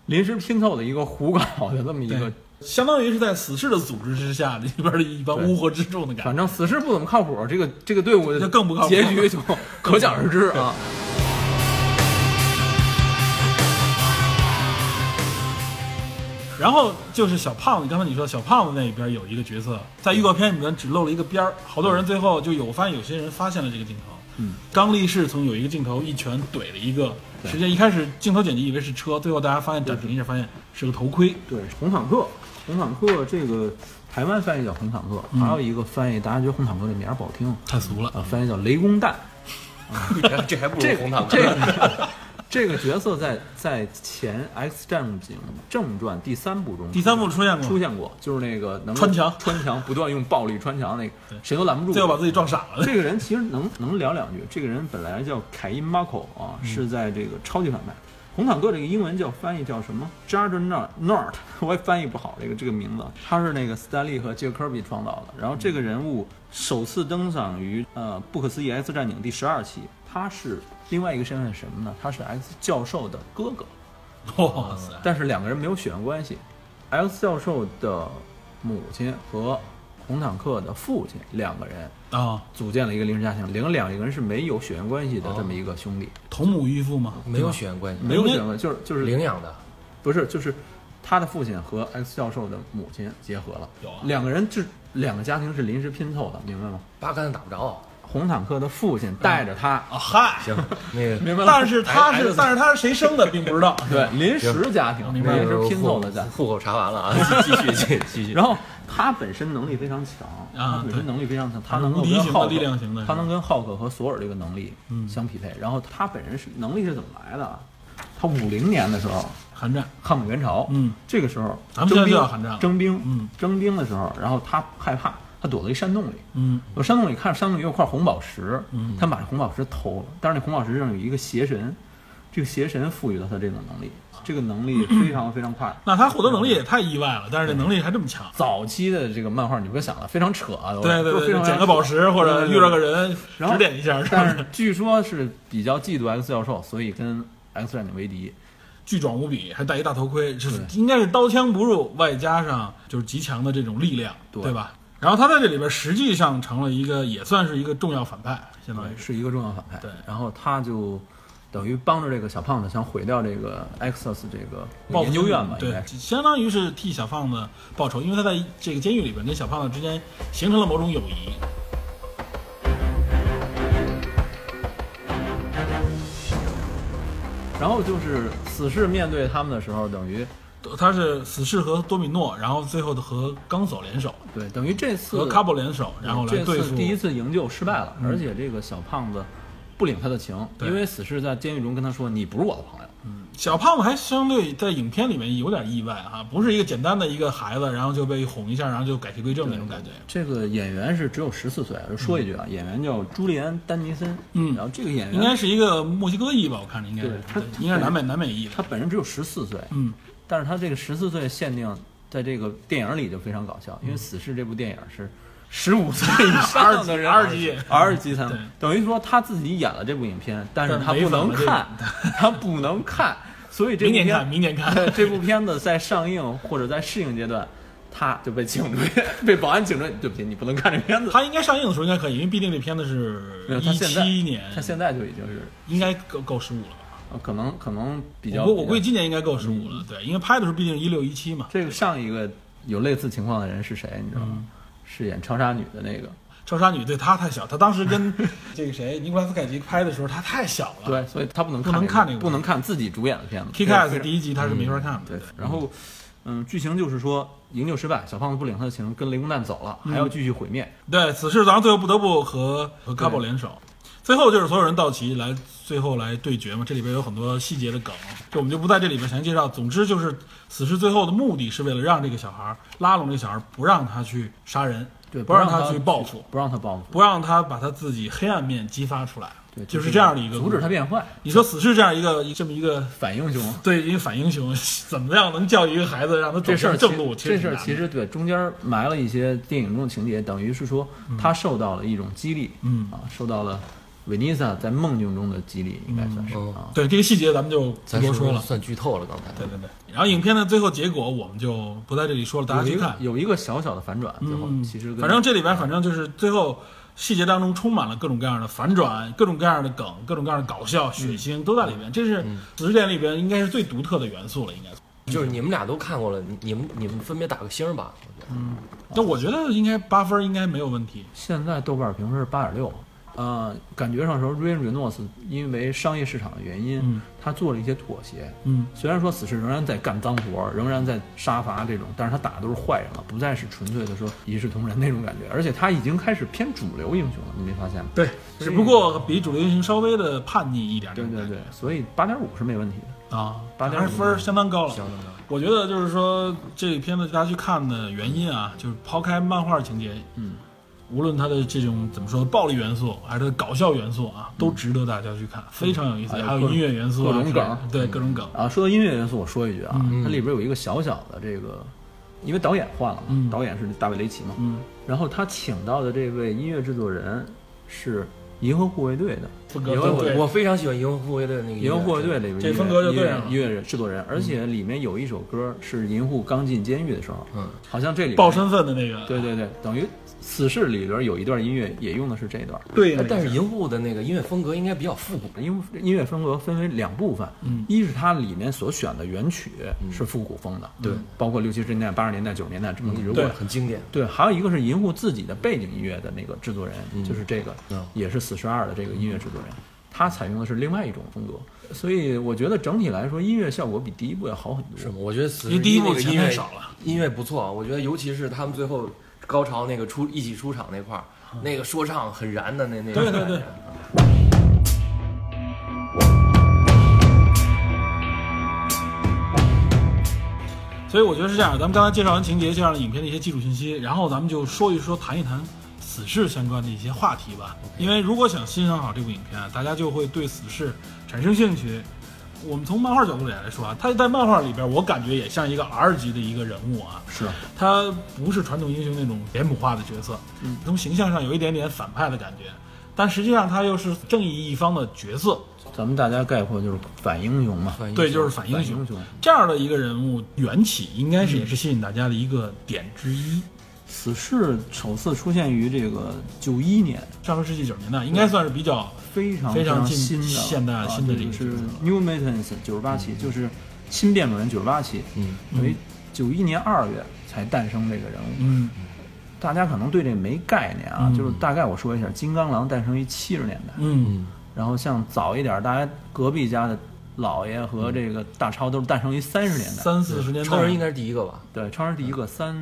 Speaker 5: 临时拼凑的一个胡搞的这么一个
Speaker 4: 对，相当于是在死侍的组织之下里边的一帮
Speaker 5: 对
Speaker 4: 乌合之众的感
Speaker 5: 反
Speaker 4: 觉。
Speaker 5: 正死侍不怎么靠谱，这个这个队伍
Speaker 4: 那更不靠谱
Speaker 5: 结局就 *laughs* 可想而知啊。
Speaker 4: 然后就是小胖子，刚才你说小胖子那边有一个角色，在预告片里面只露了一个边儿，好多人最后就有我发现有些人发现了这个镜头。
Speaker 5: 嗯，
Speaker 4: 刚力士从有一个镜头一拳怼了一个，
Speaker 5: 对
Speaker 4: 实际上一开始镜头剪辑以为是车，最后大家发现暂停一下，发现是个头盔。
Speaker 5: 对，红坦克，红坦克这个台湾翻译叫红坦克，
Speaker 4: 嗯
Speaker 5: 还有一个翻译大家觉得红坦克这名儿不好听
Speaker 4: 太俗了，
Speaker 5: 啊，翻译叫雷公蛋。
Speaker 3: 这还不
Speaker 5: 这
Speaker 3: 如红毯
Speaker 5: 这个这个角色在在前《X 战警正传》第三部中
Speaker 4: 第三部出现过
Speaker 5: 出现过，就是那个能够
Speaker 4: 穿墙
Speaker 5: 穿墙不断用暴力穿墙那个
Speaker 4: 对，
Speaker 5: 谁都拦不住，
Speaker 4: 最后把自己撞傻了。
Speaker 5: 这个人其实能能聊两句。这个人本来叫凯因·马口啊，是在这个超级反派。红坦克这个英文叫翻译叫什么 j a r d e n Nord，我 *laughs* 也翻译不好这个这个名字。他是那个斯丹利和杰克科比创造的。然后这个人物首次登场于呃《不可思议 X 战警》第十二期。他是另外一个身份是什么呢？他是 X 教授的哥哥，
Speaker 4: *laughs* 哇塞！
Speaker 5: 但是两个人没有血缘关系。X 教授的母亲和红坦克的父亲两个人
Speaker 4: 啊，
Speaker 5: 组建了一个临时家庭，领两个人是没有血缘关系的
Speaker 3: 哦
Speaker 5: 这么一个兄弟，
Speaker 4: 同母异父吗？
Speaker 3: 没有血缘关
Speaker 4: 哎
Speaker 3: 系，
Speaker 5: 没有血缘关系，就是就是
Speaker 3: 领养的，
Speaker 5: 不是就是他的父亲和 X 教授的母亲结合了，
Speaker 4: 有啊
Speaker 5: 两个人是两个家庭是临时拼凑的，明白吗？
Speaker 3: 八竿子打不着。啊
Speaker 5: 红坦克的父亲带着他，
Speaker 4: 啊嗨！
Speaker 3: 行，那个
Speaker 5: 明白 *laughs* 吗？
Speaker 4: 但是他
Speaker 3: 孩
Speaker 4: 是
Speaker 3: 子，
Speaker 4: 但是他是谁生的并不知
Speaker 5: *laughs*
Speaker 4: 道。
Speaker 5: 对临时家庭，
Speaker 4: 哦明
Speaker 5: 临
Speaker 4: 白了呃
Speaker 5: 时拼凑的
Speaker 3: 户
Speaker 5: 家。
Speaker 3: 户口查完了啊，继续继续 *laughs* 继续。
Speaker 5: 然后他本身能力非常强，
Speaker 4: 啊
Speaker 5: 他本身能力非常强，
Speaker 4: 他是
Speaker 5: 他能够
Speaker 4: 无敌
Speaker 5: 跟
Speaker 4: 型的
Speaker 5: 浩克
Speaker 4: 力量型的
Speaker 5: 他
Speaker 4: 是吧
Speaker 5: 能跟浩克和索尔这个能力
Speaker 4: 嗯
Speaker 5: 相匹配。然后他本人是能力是怎么来的啊？他五零年的时候，
Speaker 4: 寒战，
Speaker 5: 汉姆元朝，
Speaker 4: 嗯，
Speaker 5: 这个时候
Speaker 4: 咱们现
Speaker 5: 征
Speaker 4: 在就
Speaker 5: 兵
Speaker 4: 要寒战了
Speaker 5: 征兵，
Speaker 4: 嗯
Speaker 5: 征兵的时候，然后他害怕，他躲到一山洞里，
Speaker 4: 嗯，
Speaker 5: 我山洞里看山洞里有块红宝石，
Speaker 4: 嗯
Speaker 5: 他把这红宝石偷了，但是那红宝石上有一个邪神，这个邪神赋予了他这种能力，这个能力非常非常快。
Speaker 4: 那他获得能力也太意外了，但是这能力还这么强。
Speaker 5: 早期的这个漫画你别想了，非常扯啊，都
Speaker 4: 对对
Speaker 5: 都
Speaker 4: 对
Speaker 5: 非常
Speaker 4: 对，捡个宝石或者遇到个，人
Speaker 5: 然后
Speaker 4: 指点一下，
Speaker 5: 对对对
Speaker 4: 是吧
Speaker 5: 但是据说是比较嫉妒 X 教授，所以跟 X 战警为敌。
Speaker 4: 巨壮无比，还戴一大头盔，这是应该是刀枪不入，外加上就是极强的这种力量，
Speaker 5: 对
Speaker 4: 对吧？然后他在这里边实际上成了一个，也算是一个重要反派，相当于
Speaker 5: 是一个重要反派。
Speaker 4: 对
Speaker 5: 然后他就等于帮着这个小胖子想毁掉这个 Xus 这个
Speaker 4: 报
Speaker 5: 研究院吧，应
Speaker 4: 对
Speaker 5: 该，是。
Speaker 4: 相当于是替小胖子报仇，因为他在这个监狱里边跟小胖子之间形成了某种友谊。
Speaker 5: 然后就是死侍面对他们的时候，等于
Speaker 4: 他是死侍和多米诺，然后最后的和钢索联手，
Speaker 5: 对，等于这次
Speaker 4: 和 Cabo 联手，然后来
Speaker 5: 这
Speaker 4: 对付嗯
Speaker 5: 次第一次营救失败了，而且这个小胖子不领他的情，
Speaker 4: 对
Speaker 5: 因为死侍在监狱中跟他说：“你不是我的朋友。
Speaker 4: 小胖子还相对在影片里面有点意外哈、不是一个简单的一个孩子，然后就被哄一下，然后就改邪归正那种感觉。”
Speaker 5: 这个演员是只有十四岁，就说一句啊，演员叫朱利安·丹尼森。
Speaker 4: 嗯
Speaker 5: 然后这个演员
Speaker 4: 应该是一个墨西哥裔吧，我看着应该是
Speaker 5: 对，他
Speaker 4: 应该是南美南美裔的。
Speaker 5: 他本人只有十四岁，
Speaker 4: 嗯，
Speaker 5: 但是他这个十四岁限定在这个电影里就非常搞笑，因为
Speaker 4: 嗯
Speaker 5: 《死侍》这部电影是十五岁以上的人
Speaker 4: *laughs* 二级
Speaker 5: *laughs* 二级才
Speaker 4: 对
Speaker 5: 能，等于说他自己演了这部影片，但是
Speaker 4: 但
Speaker 5: 他
Speaker 4: 没
Speaker 5: 不能
Speaker 4: 法这个
Speaker 5: 看， *laughs* 他不能看，所以这
Speaker 4: 明
Speaker 5: 部
Speaker 4: 年看，
Speaker 5: 片
Speaker 4: 明年看。
Speaker 5: *laughs* 对这部片子在上映或者在适应阶段，他就被请出去， *laughs* 被保安请出去，对不起，你不能看这片子。
Speaker 4: 他应该上映的时候应该可以，因为毕竟这片子是
Speaker 5: 没有他
Speaker 4: 一
Speaker 5: 现在
Speaker 4: 七年，
Speaker 5: 他现在就已经是，
Speaker 4: 应该够够十五了吧？
Speaker 5: 呃可能可能比较，
Speaker 4: 我我估计
Speaker 5: 比较嗯
Speaker 4: 今年应该够十五了，对，因为拍的时候毕竟一六一七嘛。
Speaker 5: 这个上一个有类似情况的人是谁，你知道吗？
Speaker 4: 嗯
Speaker 5: 是演超杀女的那个，
Speaker 4: 超杀女对她太小，她当时跟 *laughs* 这个谁尼古拉斯凯奇拍的时候，她太小了。
Speaker 5: 对，啊所以他不能
Speaker 4: 不
Speaker 5: 看
Speaker 4: 能
Speaker 5: 这
Speaker 4: 看
Speaker 5: 个
Speaker 4: 这个
Speaker 5: 不能看自己主演的片子。
Speaker 4: ，Kick
Speaker 5: 对
Speaker 4: Ass
Speaker 5: 非常
Speaker 4: 第一集她是没法看的。
Speaker 5: 对，然后。嗯，剧情就是说营救失败，小胖子不领他的情，
Speaker 4: 嗯
Speaker 5: 跟雷公蛋走了，还要继续毁灭。
Speaker 4: 对，此事咱最后不得不和和 Cabo 联手。最后就是所有人到齐来，最后来对决嘛。这里边有很多细节的梗，就我们就不在这里边详细介绍。总之就是，死侍最后的目的是为了让这个小孩儿拉拢这个小孩儿，不让他去杀人，
Speaker 5: 对，
Speaker 4: 不
Speaker 5: 让
Speaker 4: 让他去报复，
Speaker 5: 不让他报复，
Speaker 4: 不让他把他自己黑暗面激发出来，
Speaker 5: 对，
Speaker 4: 就是这样的一个
Speaker 5: 阻止他。变坏，
Speaker 4: 你说死侍这样一个这么一个
Speaker 5: 反英雄。
Speaker 4: 对一个反英雄，怎么样能教育一个孩子让他走
Speaker 5: 这事儿
Speaker 4: 上正
Speaker 5: 其
Speaker 4: 路？
Speaker 5: 这事
Speaker 4: 挺
Speaker 5: 儿
Speaker 4: 难的
Speaker 5: 其实对中间埋了一些电影中的情节，等于是说他受到了一种激励，
Speaker 4: 嗯
Speaker 5: 啊，受到了维尼萨在梦境中的激励，应该算是
Speaker 1: 嗯
Speaker 5: 啊，
Speaker 4: 对这个细节咱们就不
Speaker 1: 咱是
Speaker 4: 多
Speaker 1: 不
Speaker 4: 说
Speaker 1: 是
Speaker 4: 了。
Speaker 1: 算剧透了刚才？
Speaker 4: 对对对，然后影片的最后结果我们就不在这里说了，大家
Speaker 5: 有
Speaker 4: 去
Speaker 5: 一个
Speaker 4: 看。
Speaker 5: 有一个小小的反转，最后
Speaker 4: 嗯，
Speaker 5: 其实跟
Speaker 4: 反正这里边反正就是最后细节当中充满了各种各样的反转、各种各样的梗、各种各样的搞笑、血腥都在里
Speaker 5: 嗯
Speaker 4: 边。这是《死侍电影》里边应该是最独特的元素了，应该。
Speaker 3: 就是你们俩都看过了，你你们你们分别打个星儿吧。我觉得
Speaker 4: 但我觉得应该八分应该没有问题。
Speaker 5: 现在豆瓣评分是八点六，呃，感觉上说 r a y Reynolds 因为商业市场的原因，
Speaker 4: 嗯
Speaker 5: 他做了一些妥协。
Speaker 4: 嗯，
Speaker 5: 虽然说死侍仍然在干脏活，仍然在杀伐这种，但是他打的都是坏人了，不再是纯粹的说一视同仁那种感觉，而且他已经开始偏主流英雄了，你没发现吗？
Speaker 4: 对，只不过比主流英雄稍微的叛逆一点。
Speaker 5: 对对对，所以八点五是没问题的。
Speaker 4: 啊，
Speaker 5: 八点五嗯
Speaker 4: 还是分儿相当高了。
Speaker 1: 相当的
Speaker 4: 我觉得就是说，这个片子大家去看的原因啊，就是抛开漫画情节，
Speaker 5: 嗯，
Speaker 4: 无论它的这种怎么说暴力元素，还是它的搞笑元素啊，都值得大家去看，非常有意思。
Speaker 5: 嗯哎
Speaker 4: 还有
Speaker 5: 各种
Speaker 4: 音乐元素啊，
Speaker 5: 各种梗
Speaker 4: 之类的对各种梗，
Speaker 5: 啊，说到音乐元素，我说一句啊，
Speaker 4: 嗯
Speaker 5: 它里边有一个小小的这个，因为导演换了嘛，
Speaker 4: 嗯
Speaker 5: 导演是大卫雷奇嘛，
Speaker 4: 嗯，
Speaker 5: 然后他请到的这位音乐制作人是银河护卫队的，
Speaker 4: 风格
Speaker 5: 有
Speaker 4: 都
Speaker 5: 我
Speaker 4: 对，
Speaker 3: 我非常喜欢《银河护卫队》那个音乐嗯
Speaker 5: 银河护卫队里边
Speaker 4: 这
Speaker 5: 音乐
Speaker 4: 风格就
Speaker 5: 音乐
Speaker 4: 对上了
Speaker 5: 音乐制作人，而且里面有一首歌是银护刚进监狱的时候，
Speaker 1: 嗯，
Speaker 5: 好像这里面
Speaker 4: 报，身份的那个，
Speaker 5: 对对对，等于死侍里边有一段音乐也用的是这一段。
Speaker 4: 对应
Speaker 3: 哎
Speaker 4: 了一下
Speaker 3: 但是银护的那个音乐风格应该比较复古，
Speaker 5: 因为音乐风格分为两部分，
Speaker 4: 嗯
Speaker 5: 一是它里面所选的原曲是复古风的，对，包括六七十年代、八十年代、九十年代这么一直过
Speaker 4: 对
Speaker 5: 来，
Speaker 1: 很经典。
Speaker 5: 对，还有一个是银护自己的背景音乐的那个制作人，就是这个，
Speaker 1: 嗯
Speaker 5: 也是死侍二的这个音乐制作人，他采用的是另外一种风格，所以我觉得整体来说音乐效果比第一部要好很多。
Speaker 3: 是吗？我觉得死
Speaker 4: 因
Speaker 3: 侍
Speaker 4: 为第一部
Speaker 3: 那个
Speaker 4: 钱
Speaker 3: 音
Speaker 4: 太
Speaker 3: 乐
Speaker 4: 少了，
Speaker 3: 音乐不错啊。我觉得尤其是他们最后高潮那个出一起出场那块儿，那个说唱很燃的那那个
Speaker 4: 嗯对
Speaker 3: 感觉。
Speaker 4: 对对。所以我觉得是这样，咱们刚才介绍完情节，介绍了影片的一些基础信息，然后咱们就说一说、谈一谈死侍相关的一些话题吧。因为如果想欣赏好这部影片啊，大家就会对死侍产生兴趣。我们从漫画角度来说啊，他在漫画里边，我感觉也像一个 R 级的一个人物啊，
Speaker 5: 是，
Speaker 4: 他不是传统英雄那种脸谱化的角色，
Speaker 5: 嗯
Speaker 4: 从形象上有一点点反派的感觉，但实际上他又是正义一方的角色，
Speaker 5: 咱们大家概括就是反英雄嘛，
Speaker 3: 哎
Speaker 1: 反英
Speaker 4: 对，
Speaker 1: 雄
Speaker 4: 就是反英
Speaker 5: 反
Speaker 4: 雄
Speaker 5: 英雄
Speaker 4: 这样的一个人物缘起，应该是也是吸引大家的一个点之一。
Speaker 5: 死侍首次出现于这个九一年，
Speaker 4: 上个世纪九十年代应该算是比较
Speaker 5: 非常
Speaker 4: 非常近
Speaker 5: 新的
Speaker 4: 现代
Speaker 5: 啊
Speaker 4: 新的这
Speaker 5: 就
Speaker 4: 个
Speaker 5: 是
Speaker 4: 角色
Speaker 5: New Mutants 九十八期，就是新变种人九十八期，
Speaker 1: 嗯，
Speaker 5: 等于九一年二月才诞生这个人物。
Speaker 4: 嗯
Speaker 5: 大家可能对这没概念啊，
Speaker 4: 嗯
Speaker 5: 就是大概我说一下，金刚狼诞生于七十年代，
Speaker 4: 嗯
Speaker 1: 嗯，
Speaker 5: 然后像早一点，大家隔壁家的姥爷和这个大超都是诞生于三十年代，
Speaker 4: 三四十年代，
Speaker 3: 超人应该是第一个吧？
Speaker 5: 对，超人第一个三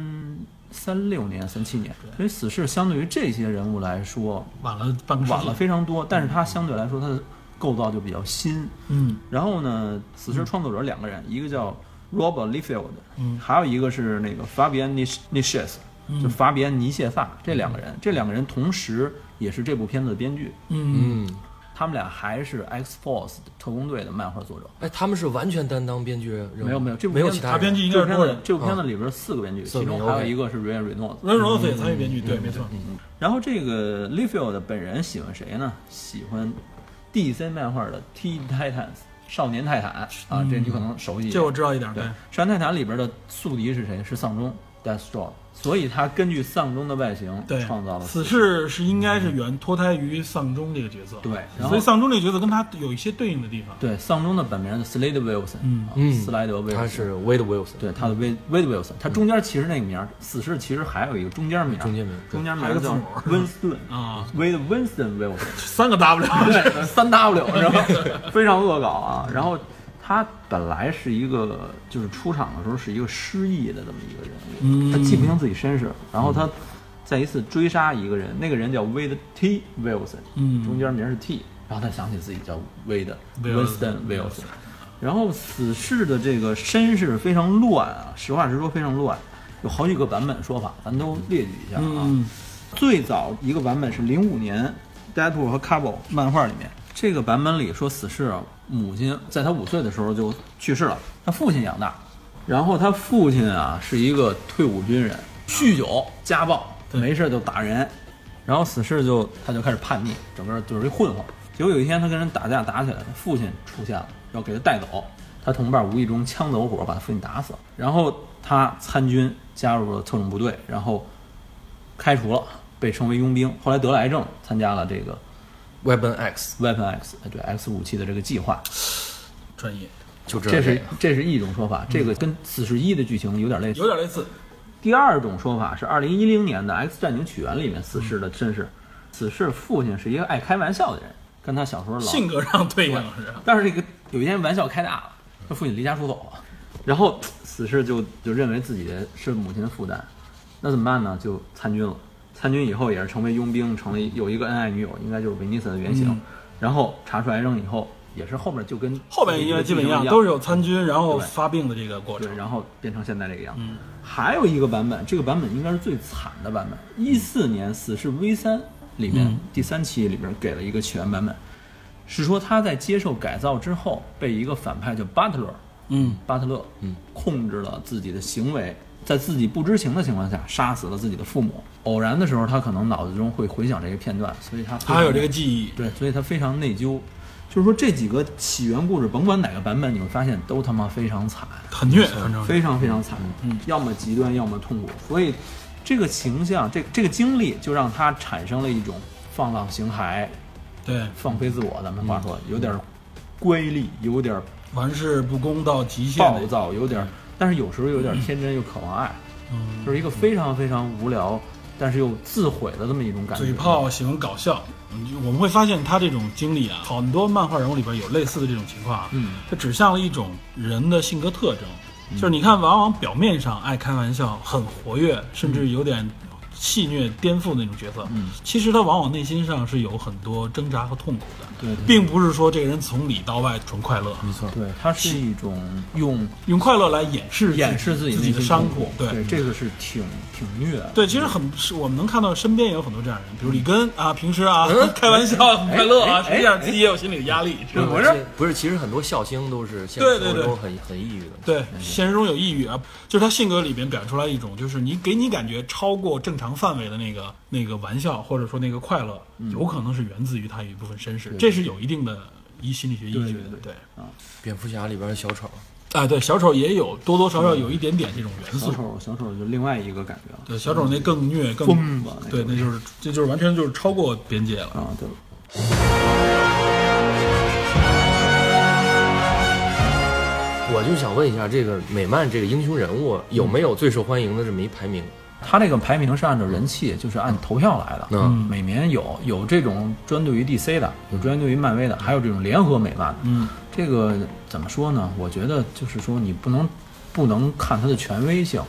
Speaker 5: 三六年、三七年，所以死侍相对于这些人物来说
Speaker 4: 晚了半个世纪，
Speaker 5: 晚了非常多，但是嗯它相对来说它的构造就比较新。
Speaker 4: 嗯
Speaker 5: 然后呢，死侍创作者两个人，一个叫 Robert l e f i e l d
Speaker 4: 嗯
Speaker 5: 还有一个是那个法比安尼尼谢斯，
Speaker 4: 嗯
Speaker 5: 就法比安尼谢萨这两个人，这两个人同时也是这部片子的编剧，
Speaker 4: 嗯
Speaker 1: 嗯，
Speaker 5: 他们俩还是 X Force 特工队的漫画作者。
Speaker 3: 哎，他们是完全担当编剧人物，
Speaker 5: 没有没有这部
Speaker 3: 没有
Speaker 5: 片
Speaker 3: 其
Speaker 4: 他
Speaker 3: 他
Speaker 4: 编
Speaker 3: 人。
Speaker 4: 剧应该
Speaker 5: 这
Speaker 4: 是
Speaker 5: 部片
Speaker 4: 多人
Speaker 5: 子，这部片子里边四个编剧，
Speaker 3: 四个
Speaker 5: 其
Speaker 3: 编剧
Speaker 5: 中还有一个是 Ray Reynolds。
Speaker 4: 温柔子也参与编剧，对，没错，
Speaker 5: 然后这个 l e f i e l d 本人喜欢谁呢？喜欢 DC 漫画的 T Titans 少年泰坦啊，这你可能熟悉一点。
Speaker 4: 这我知道一点，
Speaker 5: 对
Speaker 4: 对
Speaker 5: 《山泰坦》里边的宿敌是谁？是丧钟 Deathstroke，所以他根据丧钟的外形
Speaker 4: 对
Speaker 5: 创造，了
Speaker 4: 死侍是应该是原脱胎于丧钟这个角色，
Speaker 5: 对，然
Speaker 4: 所
Speaker 5: 后
Speaker 4: 以丧钟这个角色跟他有一些对应的地
Speaker 5: *laughs*
Speaker 4: 方，
Speaker 5: 对丧钟的本名是 Slade Wilson，
Speaker 4: 嗯
Speaker 5: 啊
Speaker 1: 嗯
Speaker 5: 斯莱德
Speaker 3: 他
Speaker 5: 威
Speaker 3: 是 Wade Wilson，
Speaker 5: 对他的 Wade Wade Wilson，他中间其实那个名儿，死侍其实还有一个中间名儿，
Speaker 3: 中间名对
Speaker 5: 中间名
Speaker 4: 还有
Speaker 5: 儿
Speaker 4: 个字
Speaker 5: 叫
Speaker 4: 母
Speaker 5: Winston
Speaker 4: *laughs* 啊
Speaker 5: ，Wade Winston Wilson，
Speaker 4: 三个 W，
Speaker 5: 对，三 W 是吧？ *laughs* 非常恶搞啊，然后。他本来是一个，就是出场的时候是一个失忆的这么一个人物，
Speaker 4: 嗯
Speaker 5: 他记不清自己身世，然后他在一次追杀一个人，那个人叫 Wade T Wilson，
Speaker 4: 嗯
Speaker 5: 中间名是 T，然后他想起自己叫 Wade
Speaker 4: Wilson
Speaker 5: Winston Wilson，然后死侍的这个身世非常乱啊，实话实说非常乱，有好几个版本说法，咱都列举一下啊。
Speaker 4: *laughs* 嗯，
Speaker 5: 最早一个版本是零五年 Deadpool 和 Cable 漫画里面，这个版本里说死侍啊，母亲在他五岁的时候就去世了，他父亲养大，然后他父亲啊是一个退伍军人，酗酒、家暴，没事就打人，然后死侍就他就开始叛逆，整个就是一混混。结果有一天他跟人打架打起来了，父亲出现了，要给他带走。他同伴无意中枪走火把他父亲打死了，然后他参军加入了特种部队，然后开除了，被称为佣兵。后来得了癌症，参加了这个
Speaker 3: Weapon X
Speaker 5: Weapon X，呃对 X 武器的这个计划。
Speaker 4: 专业
Speaker 3: 就这
Speaker 5: 这
Speaker 3: 样
Speaker 5: 是这是一种说法，这个跟四十一的剧情有点类
Speaker 3: 嗯
Speaker 5: 似。
Speaker 4: 有点类似，
Speaker 5: 第二种说法是，二零一零年的《X 战警：起源》里面死侍的身世，死侍父亲是一个爱开玩笑的人，跟他小时候老
Speaker 4: 性格上对应是。
Speaker 5: 但是这个有一天玩笑开大了，他父亲离家出走了，然后死侍就就认为自己是母亲的负担，那怎么办呢？就参军了。参军以后也是成为佣兵，成了有一个恩爱女友，应该就是维尼斯的原型。然后查出癌症以后，也是后面就跟
Speaker 4: 后边应该基本一样，都是有参军然后发病的这个过
Speaker 5: 对，
Speaker 4: 程。
Speaker 5: 然后变成现在这个样子。
Speaker 4: 嗯
Speaker 5: 还有一个版本，这个版本应该是最惨的版本，一四年《死侍 V 三》里面、
Speaker 4: 嗯
Speaker 5: 第三期里边给了一个起源版本，是说他在接受改造之后，被一个反派叫 Butler，
Speaker 4: 嗯，
Speaker 5: 巴特勒，嗯，控制了自己的行为，在自己不知情的情况下杀死了自己的父母。偶然的时候，他可能脑子中会回想这个片段，所以他
Speaker 4: 他有这个记忆，
Speaker 5: 对，所以他非常内疚。就是说，这几个起源故事，甭管哪个版本，你会发现都他妈非常惨。
Speaker 4: 很虐，反正
Speaker 5: 非常非常惨，嗯，要么极端，要么痛苦。所以这个形象，这这个经历，就让他产生了一种放浪形骸、
Speaker 4: 对，
Speaker 5: 放飞自我。咱们话
Speaker 4: 嗯
Speaker 5: 说，有点乖戾，有点
Speaker 4: 玩世不恭到极限
Speaker 5: 暴
Speaker 4: 的，
Speaker 5: 躁，有点，但是有时候有点天真，又渴望爱，
Speaker 4: 嗯，
Speaker 5: 就是一个非常非常无聊，但是又自毁的这么一种感觉。
Speaker 4: 嘴炮喜欢搞笑。嗯就我们会发现他这种经历啊，很多漫画人物里边有类似的这种情况啊，
Speaker 5: 嗯，
Speaker 4: 它指向了一种人的性格特征，就是你看，往往表面上爱开玩笑、很活跃，甚至有点戏谑、颠覆那种角色，
Speaker 5: 嗯，
Speaker 4: 其实他往往内心上是有很多挣扎和痛苦的，
Speaker 5: 对对
Speaker 4: 并不是说这个人从里到外纯快乐，
Speaker 3: 没错，
Speaker 5: 对，它是一种用
Speaker 4: 用快乐来掩饰
Speaker 5: 掩饰
Speaker 4: 自
Speaker 5: 自己内
Speaker 4: 己
Speaker 5: 心
Speaker 4: 的伤
Speaker 5: 痛
Speaker 4: 苦，对。
Speaker 5: 对，这个是挺挺虐的。
Speaker 4: 对，其实很是我们能看到身边也有很多这样的人，比如里
Speaker 5: 嗯
Speaker 4: 根啊，平时啊、 *laughs* 开玩笑很快乐
Speaker 5: 哎
Speaker 4: 啊，实际上自己也有心理的压力，知道吗？
Speaker 5: 不是
Speaker 3: 这不是，其实很多笑星都是现
Speaker 4: 对
Speaker 3: 实
Speaker 4: 对
Speaker 3: 生活
Speaker 4: 对
Speaker 3: 中很很抑郁的。
Speaker 4: 对，现实中有抑郁啊，就是他性格里边表现出来一种，就是你给你感觉超过正常范围的那个那个玩笑，或者说那个快乐，
Speaker 5: 嗯
Speaker 4: 有可能是源自于他有一部分身世，这是有一定的一心理学依据的。
Speaker 5: 对对
Speaker 3: 蝙蝠侠里边的小丑，
Speaker 4: 啊，对，小丑也有多多少少有一点点这种元
Speaker 5: 小
Speaker 4: 素。
Speaker 5: 丑，小丑就另外一个感觉了。
Speaker 4: 对，小丑那更虐，更
Speaker 5: 疯吧那
Speaker 4: 对，那就是这就是完全就是超过边界了。
Speaker 5: 啊，对。
Speaker 3: 我就想问一下，这个美漫这个英雄人物有没有最受欢迎的这么一排名？
Speaker 5: 它这个排名是按照人气，就是按投票来的。
Speaker 3: 嗯，
Speaker 5: 每年有有这种专对于 DC 的，有专对于漫威的，还有这种联合美漫的。
Speaker 4: 嗯，
Speaker 5: 这个怎么说呢？我觉得就是说你不能不能看它的权威性，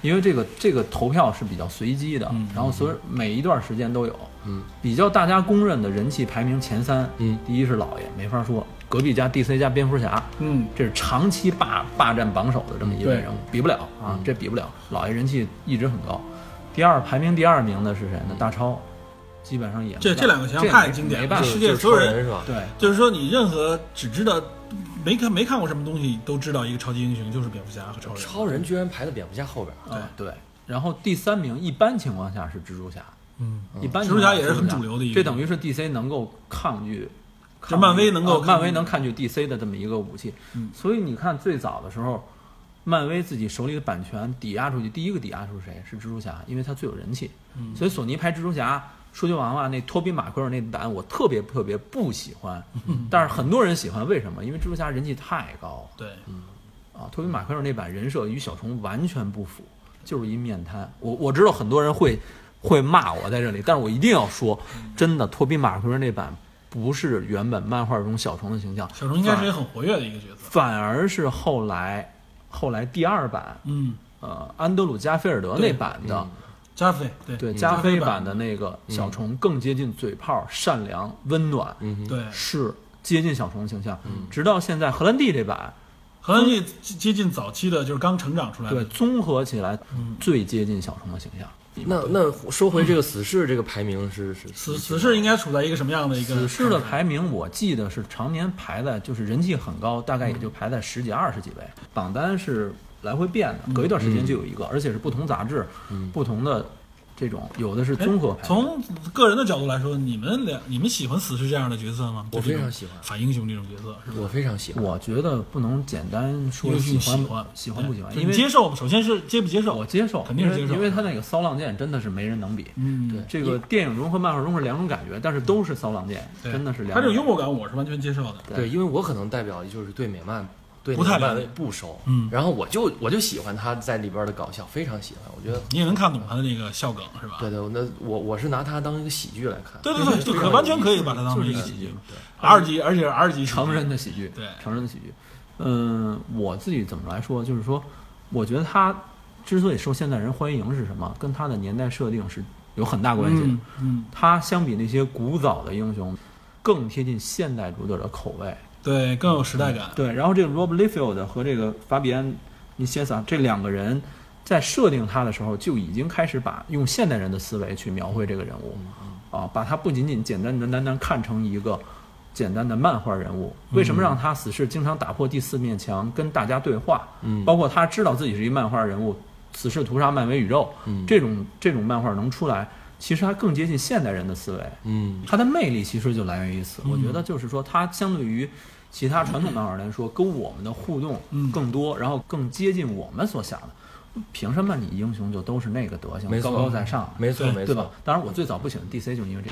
Speaker 5: 因为这个这个投票是比较随机的，然后所以每一段时间都有。
Speaker 3: 嗯，
Speaker 5: 比较大家公认的人气排名前三，
Speaker 3: 嗯
Speaker 5: 第一是老爷，没法说，隔壁加 DC 加蝙蝠侠，
Speaker 4: 嗯，
Speaker 5: 这是长期霸霸占榜首的这么一位
Speaker 4: 对嗯
Speaker 5: 人物，比不了啊，这比不了。老爷人气一直很高，第二排名第二名的是谁呢？大超，基本上也
Speaker 4: 这这两个形象
Speaker 5: 这
Speaker 4: 太经典
Speaker 5: 没
Speaker 4: 了
Speaker 5: 办
Speaker 3: 就
Speaker 5: 法
Speaker 4: 世
Speaker 3: 是
Speaker 4: 界
Speaker 3: 就是
Speaker 4: 所有
Speaker 3: 超
Speaker 4: 人
Speaker 3: 人是吧？
Speaker 5: 对，
Speaker 4: 就是说你任何只知道没看没看过什么东西都知道一个超级英雄就是蝙蝠侠和超人。
Speaker 3: 超人居然排在蝙蝠侠后边，
Speaker 5: 啊对。然后第三名一般情况下是蜘蛛侠，
Speaker 4: 嗯，
Speaker 5: 一般
Speaker 4: 蜘
Speaker 5: 情
Speaker 4: 蛛
Speaker 5: 况
Speaker 4: 侠
Speaker 5: 下
Speaker 4: 也是很主流的一个，
Speaker 5: 这等于是 DC 能够抗拒，
Speaker 4: 这漫威能够
Speaker 5: 啊
Speaker 4: 抗拒
Speaker 5: 漫威能抗拒 DC 的这么一个武器。
Speaker 4: 嗯
Speaker 5: 所以你看最早的时候，漫威自己手里的版权抵押出去，第一个抵押出是谁？是蜘蛛侠，因为他最有人气。
Speaker 4: 嗯
Speaker 5: 所以索尼拍蜘蛛侠。说句王八，那托比马奎尔那版我特别特别不喜欢，
Speaker 4: 嗯
Speaker 5: 但是很多人喜欢，为什么？因为蜘蛛侠人气太高
Speaker 4: 对，
Speaker 5: 啊！托比马奎尔那版人设与小虫完全不符，就是一面瘫。我我知道很多人会会骂我在这里，但是我一定要说，真的，托比马奎尔那版不是原本漫画中小虫的形象，
Speaker 4: 小虫应该是一个很活跃的一个角色。
Speaker 5: 反而是后来后来第二版，
Speaker 4: 嗯，
Speaker 5: 呃，安德鲁加菲尔德那版的
Speaker 4: 加菲，对嗯
Speaker 5: 对，
Speaker 4: 加
Speaker 5: 加菲
Speaker 4: 版嗯
Speaker 5: 版的那个小虫更接近嘴炮、善良、温暖，
Speaker 3: 嗯，
Speaker 4: 对，
Speaker 5: 是接近小虫的形象。
Speaker 4: 嗯
Speaker 5: 直到现在荷兰弟这版，
Speaker 4: 荷兰弟接接近早期的，就是刚成长出来
Speaker 5: 对
Speaker 4: 的，
Speaker 5: 综合起来
Speaker 4: 嗯
Speaker 5: 最接近小虫的形象。
Speaker 3: 那那说回这个死侍这个排名是是
Speaker 4: 死死侍应该处在一个什么样的一个？
Speaker 5: 死侍的排名，我记得是常年排在，就是人气很高，大概
Speaker 4: 嗯
Speaker 5: 也就排在十几、二十几位。榜单是来回变
Speaker 4: 嗯
Speaker 5: 的，隔一段时间就有一个，而且是不同杂志、不同的这种，有的是
Speaker 4: 哎
Speaker 5: 综合排。
Speaker 4: 从个人的角度来说，你们俩你们喜欢死侍这样的角色吗？
Speaker 3: 我
Speaker 4: 就这种
Speaker 3: 非常喜欢
Speaker 4: 反英雄这种角色，是吧？
Speaker 3: 我非常喜欢，
Speaker 5: 我觉得不能简单说
Speaker 4: 英
Speaker 5: 喜
Speaker 4: 雄
Speaker 5: 欢
Speaker 4: 喜欢
Speaker 5: 喜欢不喜欢，
Speaker 4: 对
Speaker 5: 因
Speaker 4: 你接
Speaker 5: 为
Speaker 4: 受，首先是接不接受，
Speaker 5: 我接受，
Speaker 4: 肯定是
Speaker 5: 因为
Speaker 4: 接受
Speaker 5: 因为他那个骚浪剑真的是没人能比。
Speaker 4: 嗯，对
Speaker 5: 这个电影中和漫画中是两种感觉，但是都是骚浪剑，真的是两种。
Speaker 4: 他这个幽默感我是完全接受的。
Speaker 5: 对
Speaker 3: 对，因为我可能代表就是对美漫对
Speaker 4: 不太
Speaker 3: 漫
Speaker 4: 了解
Speaker 3: 威不熟，
Speaker 4: 嗯
Speaker 3: 然后我就我就喜欢他在里边的搞笑，非常喜欢，我觉得。
Speaker 4: 你也能看懂他的那个笑梗是吧？
Speaker 3: 对对，那我我是拿它当一个喜剧来看，
Speaker 4: 对对对，就可完全可以把它当成一个喜剧，R 级，而且是 R 级喜剧
Speaker 5: 成人的喜剧，
Speaker 4: 对
Speaker 5: 成人的喜剧。嗯，我自己怎么来说，就是说，我觉得他之所以受现代人欢迎是什么，跟他的年代设定是有很大关系的。
Speaker 4: 嗯嗯，
Speaker 5: 他相比那些古早的英雄，更贴近现代读者的口味。
Speaker 4: 对，更有时代感。
Speaker 5: 对，然后这个 Rob Liefeld 和这个法比安尼切萨这两个人在设定他的时候，就已经开始把用现代人的思维去描绘这个人物，
Speaker 4: 嗯
Speaker 5: 啊，把他不仅仅简单的单单看成一个简单的漫画人物。为什么让他死侍经常打破第四面墙跟大家对话？
Speaker 3: 嗯
Speaker 5: 包括他知道自己是一漫画人物，死侍屠杀漫威宇宙，
Speaker 3: 嗯
Speaker 5: 这种这种漫画能出来，其实它更接近现代人的思维。
Speaker 3: 嗯
Speaker 5: 它的魅力其实就来源于此。
Speaker 4: 嗯
Speaker 5: 我觉得就是说，它相对于其他传统漫画来说，跟我们的互动
Speaker 4: 嗯
Speaker 5: 更多，然后更接近我们所想的。凭什么你英雄就都是那个德行
Speaker 3: 没，
Speaker 5: 高
Speaker 3: 错
Speaker 5: 高在上，
Speaker 3: 没错
Speaker 4: 对
Speaker 3: 没
Speaker 5: 对吧
Speaker 3: 错，？
Speaker 5: 当然，我最早不喜欢 DC 就是因为这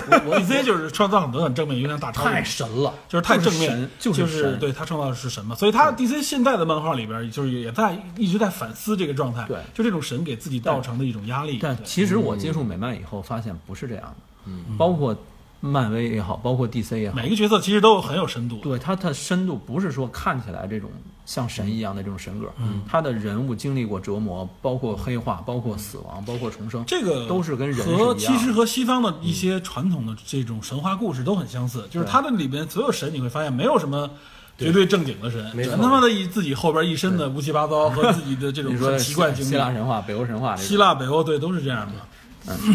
Speaker 5: 个原因，
Speaker 4: DC 就是创造很多很正面，有点大超人
Speaker 5: 嗯哦太神了，
Speaker 4: 就是太正面
Speaker 5: 神，就是
Speaker 4: 是
Speaker 5: 神。
Speaker 4: 对他创造的是神嘛，所以他 DC 现在的漫画里边就是也在一直在反思这个状态，
Speaker 5: 对
Speaker 4: 就这种神给自己造成的一种压力。
Speaker 5: 但
Speaker 4: 对嗯
Speaker 5: 其实我接触美漫以后，发现不是这样的，包括漫威也好，包括 DC 也好，
Speaker 4: 每个角色其实都有很有深度，
Speaker 5: 对他的深度不是说看起来这种像神一样的这种神格，
Speaker 4: 嗯
Speaker 5: 他的人物经历过折磨，包括黑化，包括死亡，包括重生，
Speaker 4: 这个
Speaker 5: 都是跟人是一
Speaker 4: 和
Speaker 5: 样的
Speaker 4: 其实和西方的一些传统的这种神话故事都很相似，就是它的里边所有神，你会发现没有什么。绝对正经的神，
Speaker 3: 没错
Speaker 4: 全他妈的一自己后边一身的乌七八糟和自己的这种
Speaker 5: 你说
Speaker 4: 奇怪
Speaker 5: 希
Speaker 4: 经
Speaker 5: *laughs* 希腊
Speaker 4: 历，
Speaker 5: 神话、北欧神话这
Speaker 4: 希
Speaker 5: 种，
Speaker 4: 腊、北欧对都是这样的。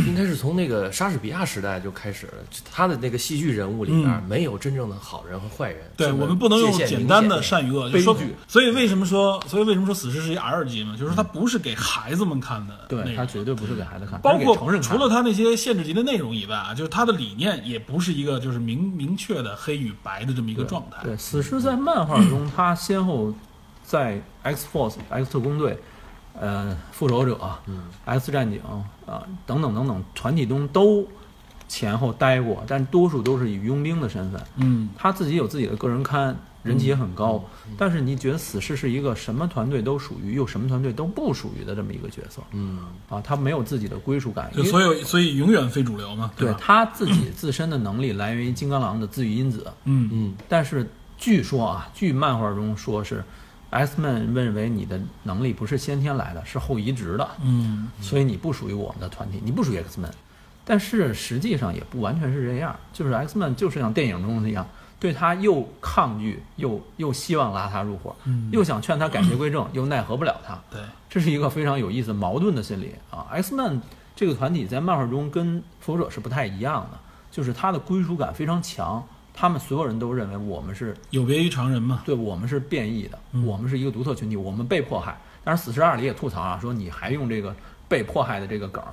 Speaker 3: 应该是从那个莎士比亚时代就开始了，他的那个戏剧人物里边
Speaker 4: 嗯
Speaker 3: 没有真正的好人和坏人，
Speaker 4: 对
Speaker 3: 这个
Speaker 4: 我们不能用
Speaker 3: 界限
Speaker 4: 简
Speaker 3: 明
Speaker 4: 单
Speaker 3: 显
Speaker 4: 的善与恶，就说
Speaker 5: 悲剧。嗯
Speaker 4: 所以为什么说，所以为什么说死侍是一 R 级嘛？就是说它不是给孩子们看的内容，
Speaker 5: 对他绝对不是给孩子看，
Speaker 4: 包
Speaker 5: 他是
Speaker 4: 括
Speaker 5: 给成人看
Speaker 4: 除了他那些限制级的内容以外啊，就是他的理念也不是一个就是明明确的黑与白的这么一个状态。
Speaker 5: 对，死侍在漫画中，他先后在 X Force、X 特工队、呃复仇者、X 战警啊、等等等等团体中都前后待过，但多数都是以佣兵的身份。
Speaker 4: 嗯，
Speaker 5: 他自己有自己的个人刊，人气也很高。但是你觉得死侍是一个什么团队都属于，又什么团队都不属于的这么一个角色
Speaker 3: 嗯，
Speaker 5: 啊？他没有自己的归属感，
Speaker 4: 就
Speaker 5: 因为
Speaker 4: 呃所以所以永远非主流嘛，
Speaker 5: 对
Speaker 4: 吧？
Speaker 5: 他自己自身的能力来源于金刚狼的自愈因子。
Speaker 4: 嗯，
Speaker 5: 但是据说啊，据漫画中说是 X Men 认为你的能力不是先天来的，是后移植的，
Speaker 4: 嗯，
Speaker 5: 所以你不属于我们的团体，你不属于 X Men。但是实际上也不完全是这样，就是 X Men 就是像电影中那样，对他又抗拒又又希望拉他入伙，又想劝他改邪归正，又奈何不了他。
Speaker 4: 对，
Speaker 5: 这是一个非常有意思矛盾的心理啊。X Men 这个团体在漫画中跟复仇者是不太一样的，就是他的归属感非常强，他们所有人都认为我们是
Speaker 4: 有别于常人嘛。
Speaker 5: 对我们是变异的，
Speaker 4: 嗯
Speaker 5: 我们是一个独特群体，我们被迫害。当然，死侍二里也吐槽啊，说你还用这个被迫害的这个梗儿。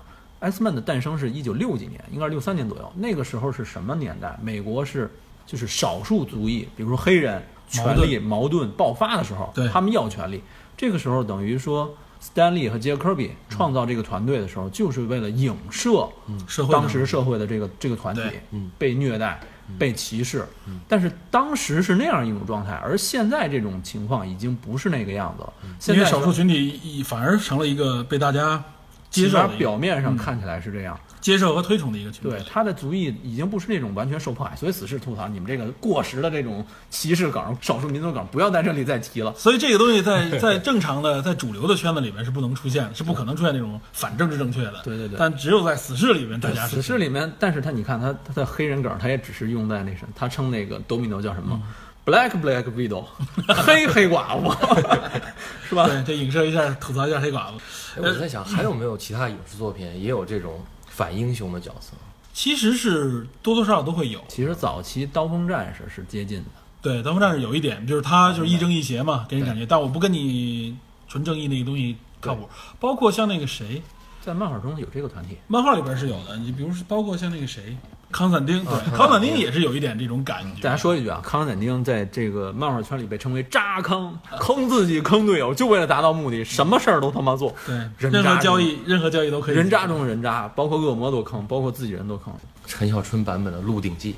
Speaker 5: X Men 的诞生是一九六几年，应该是六三年左右。那个时候是什么年代？美国是就是少数族裔，比如说黑人，
Speaker 4: 矛
Speaker 5: 权
Speaker 4: 盾
Speaker 5: 力矛盾爆发的时候，
Speaker 4: 对
Speaker 5: 他们要权利。这个时候等于说，Stanley 和杰克科比创造这个团队的时候，就是为了影射
Speaker 4: 嗯社会
Speaker 5: 当
Speaker 4: 呢
Speaker 5: 时社会的这个这个团体
Speaker 4: 对，
Speaker 3: 嗯
Speaker 5: 被虐待、被歧视，但是当时是那样一种状态，而现在这种情况已经不是那个样子了。现
Speaker 4: 因
Speaker 5: 在
Speaker 4: 为少数
Speaker 5: 是
Speaker 4: 群体一反而成了一个被大家接嗯
Speaker 5: 起
Speaker 4: 受
Speaker 5: 码
Speaker 4: 的一个
Speaker 5: 表面上看起来是这样，
Speaker 4: 接受和推崇的一个群体。
Speaker 5: 对，他的族裔已经不是那种完全受迫害，所以死侍吐槽你们这个过时的这种歧视梗、少数民族梗，不要在这里再提了。
Speaker 4: 所以这个东西
Speaker 5: *laughs*
Speaker 4: 在在正常的在主流的圈子里面是不能出现的，是不可能出现那种反政治正确的。
Speaker 5: 对对对
Speaker 4: 但只有在死侍里面，大家是
Speaker 5: 死侍里面，但是他你看他他的黑人梗，他也只是用在那什，他称那个 Domino 叫什么、b l a c k Black
Speaker 4: *laughs*
Speaker 5: Widow，黑黑寡妇，是吧？
Speaker 4: 对，这影射一下，吐槽一下黑寡妇。
Speaker 6: 哎我在想，
Speaker 4: 呃
Speaker 6: 还有没有其他影视作品也有这种反英雄的角色？
Speaker 4: 其实是多多少少都会有。
Speaker 5: 其实早期刀锋战士是接近的，
Speaker 4: 对，咱们战士有一点就是他就是亦正亦邪嘛，给人感觉，但我不跟你纯正义那个东西靠谱。包括像那个谁，
Speaker 5: 在漫画中有这个团体。
Speaker 4: 漫画里边是有的，你比如说包括像那个谁，康斯坦丁，对，康斯坦丁也是有一点这种感觉。
Speaker 5: 大家啊说一句啊，康斯坦丁在这个漫画圈里被称为“渣康”，坑自己、坑队友，就为了达到目的，什么事儿都他妈做。
Speaker 4: 对，
Speaker 5: 人
Speaker 4: 任何
Speaker 5: 渣
Speaker 4: 交
Speaker 5: 中
Speaker 4: 易，任何交易都可以。
Speaker 5: 人渣中的人渣，包括恶魔都坑，包括自己人都坑。
Speaker 3: 陈小春版本的《鹿鼎记》，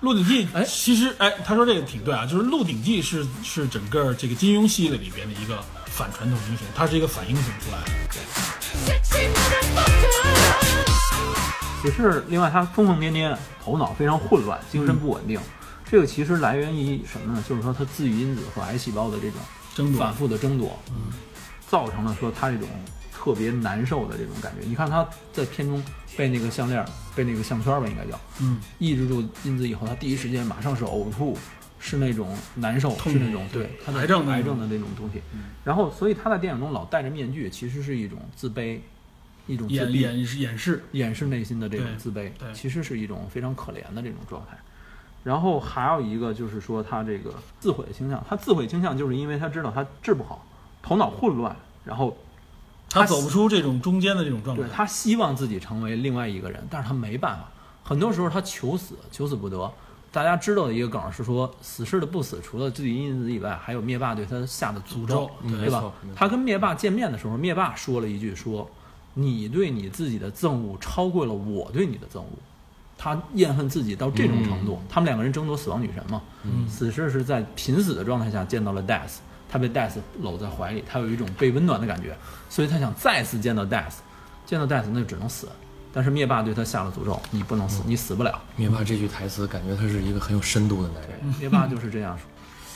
Speaker 4: 鹿鼎记，
Speaker 5: 哎
Speaker 4: 其实哎，他说这个挺对啊，就是《鹿鼎记是》是整个这个金庸系列里边的一个反传统英雄，他是一个反英雄出来的。
Speaker 2: Sexy motherfucker.
Speaker 5: 只是另外他疯疯癫癫，头脑非常混乱，精神不稳定。这个其实来源于什么呢？就是说他自愈因子和癌细胞的这种
Speaker 4: 争夺
Speaker 5: 反复的争夺，造成了说他这种特别难受的这种感觉。你看他在片中被那个项链儿、被那个项圈儿吧，应该叫
Speaker 4: 嗯，
Speaker 5: 抑制住因子以后，他第一时间马上是呕吐，是那种难受，
Speaker 4: 痛
Speaker 5: 是那种对他的
Speaker 4: 癌症的那
Speaker 5: 癌
Speaker 4: 种嗯
Speaker 5: 症的那种东西。然后，所以他在电影中老戴着面具，其实是一种自卑，一种自
Speaker 4: 演
Speaker 5: 闭。
Speaker 4: 演是演示，
Speaker 5: 掩饰内心的这种
Speaker 4: 对
Speaker 5: 自卑
Speaker 4: 对，
Speaker 5: 其实是一种非常可怜的这种状态。然后还有一个就是说他这个自毁倾向，他自毁倾向就是因为他知道他治不好，头脑混乱，然后
Speaker 4: 他
Speaker 5: 他
Speaker 4: 走不出这种中间的这种状态
Speaker 5: 对。他希望自己成为另外一个人，但是他没办法，很多时候他求死，求死不得。大家知道的一个梗是说，死士的不死，除了自己因子以外，还有灭霸对他下的诅
Speaker 4: 诅咒对
Speaker 6: 嗯
Speaker 5: 对
Speaker 6: 没
Speaker 5: 吧
Speaker 6: 错没？错
Speaker 5: 他跟灭霸见面的时候，灭霸说了一句说：“你对你自己的憎恶超过了我对你的憎恶。”他厌恨自己到这
Speaker 6: 嗯
Speaker 5: 种程度，他们两个人争夺死亡女神嘛，死侍是在濒死的状态下见到了 Death，他被 Death 搂在怀里，他有一种被温暖的感觉，所以他想再次见到 Death，见到 Death 那就只能死，但是灭霸对他下了诅咒，你不能死，
Speaker 6: 嗯
Speaker 5: 你死不了，
Speaker 3: 灭霸这句台词，感觉他是一个很有深度的男人。
Speaker 5: 灭霸就是这样说，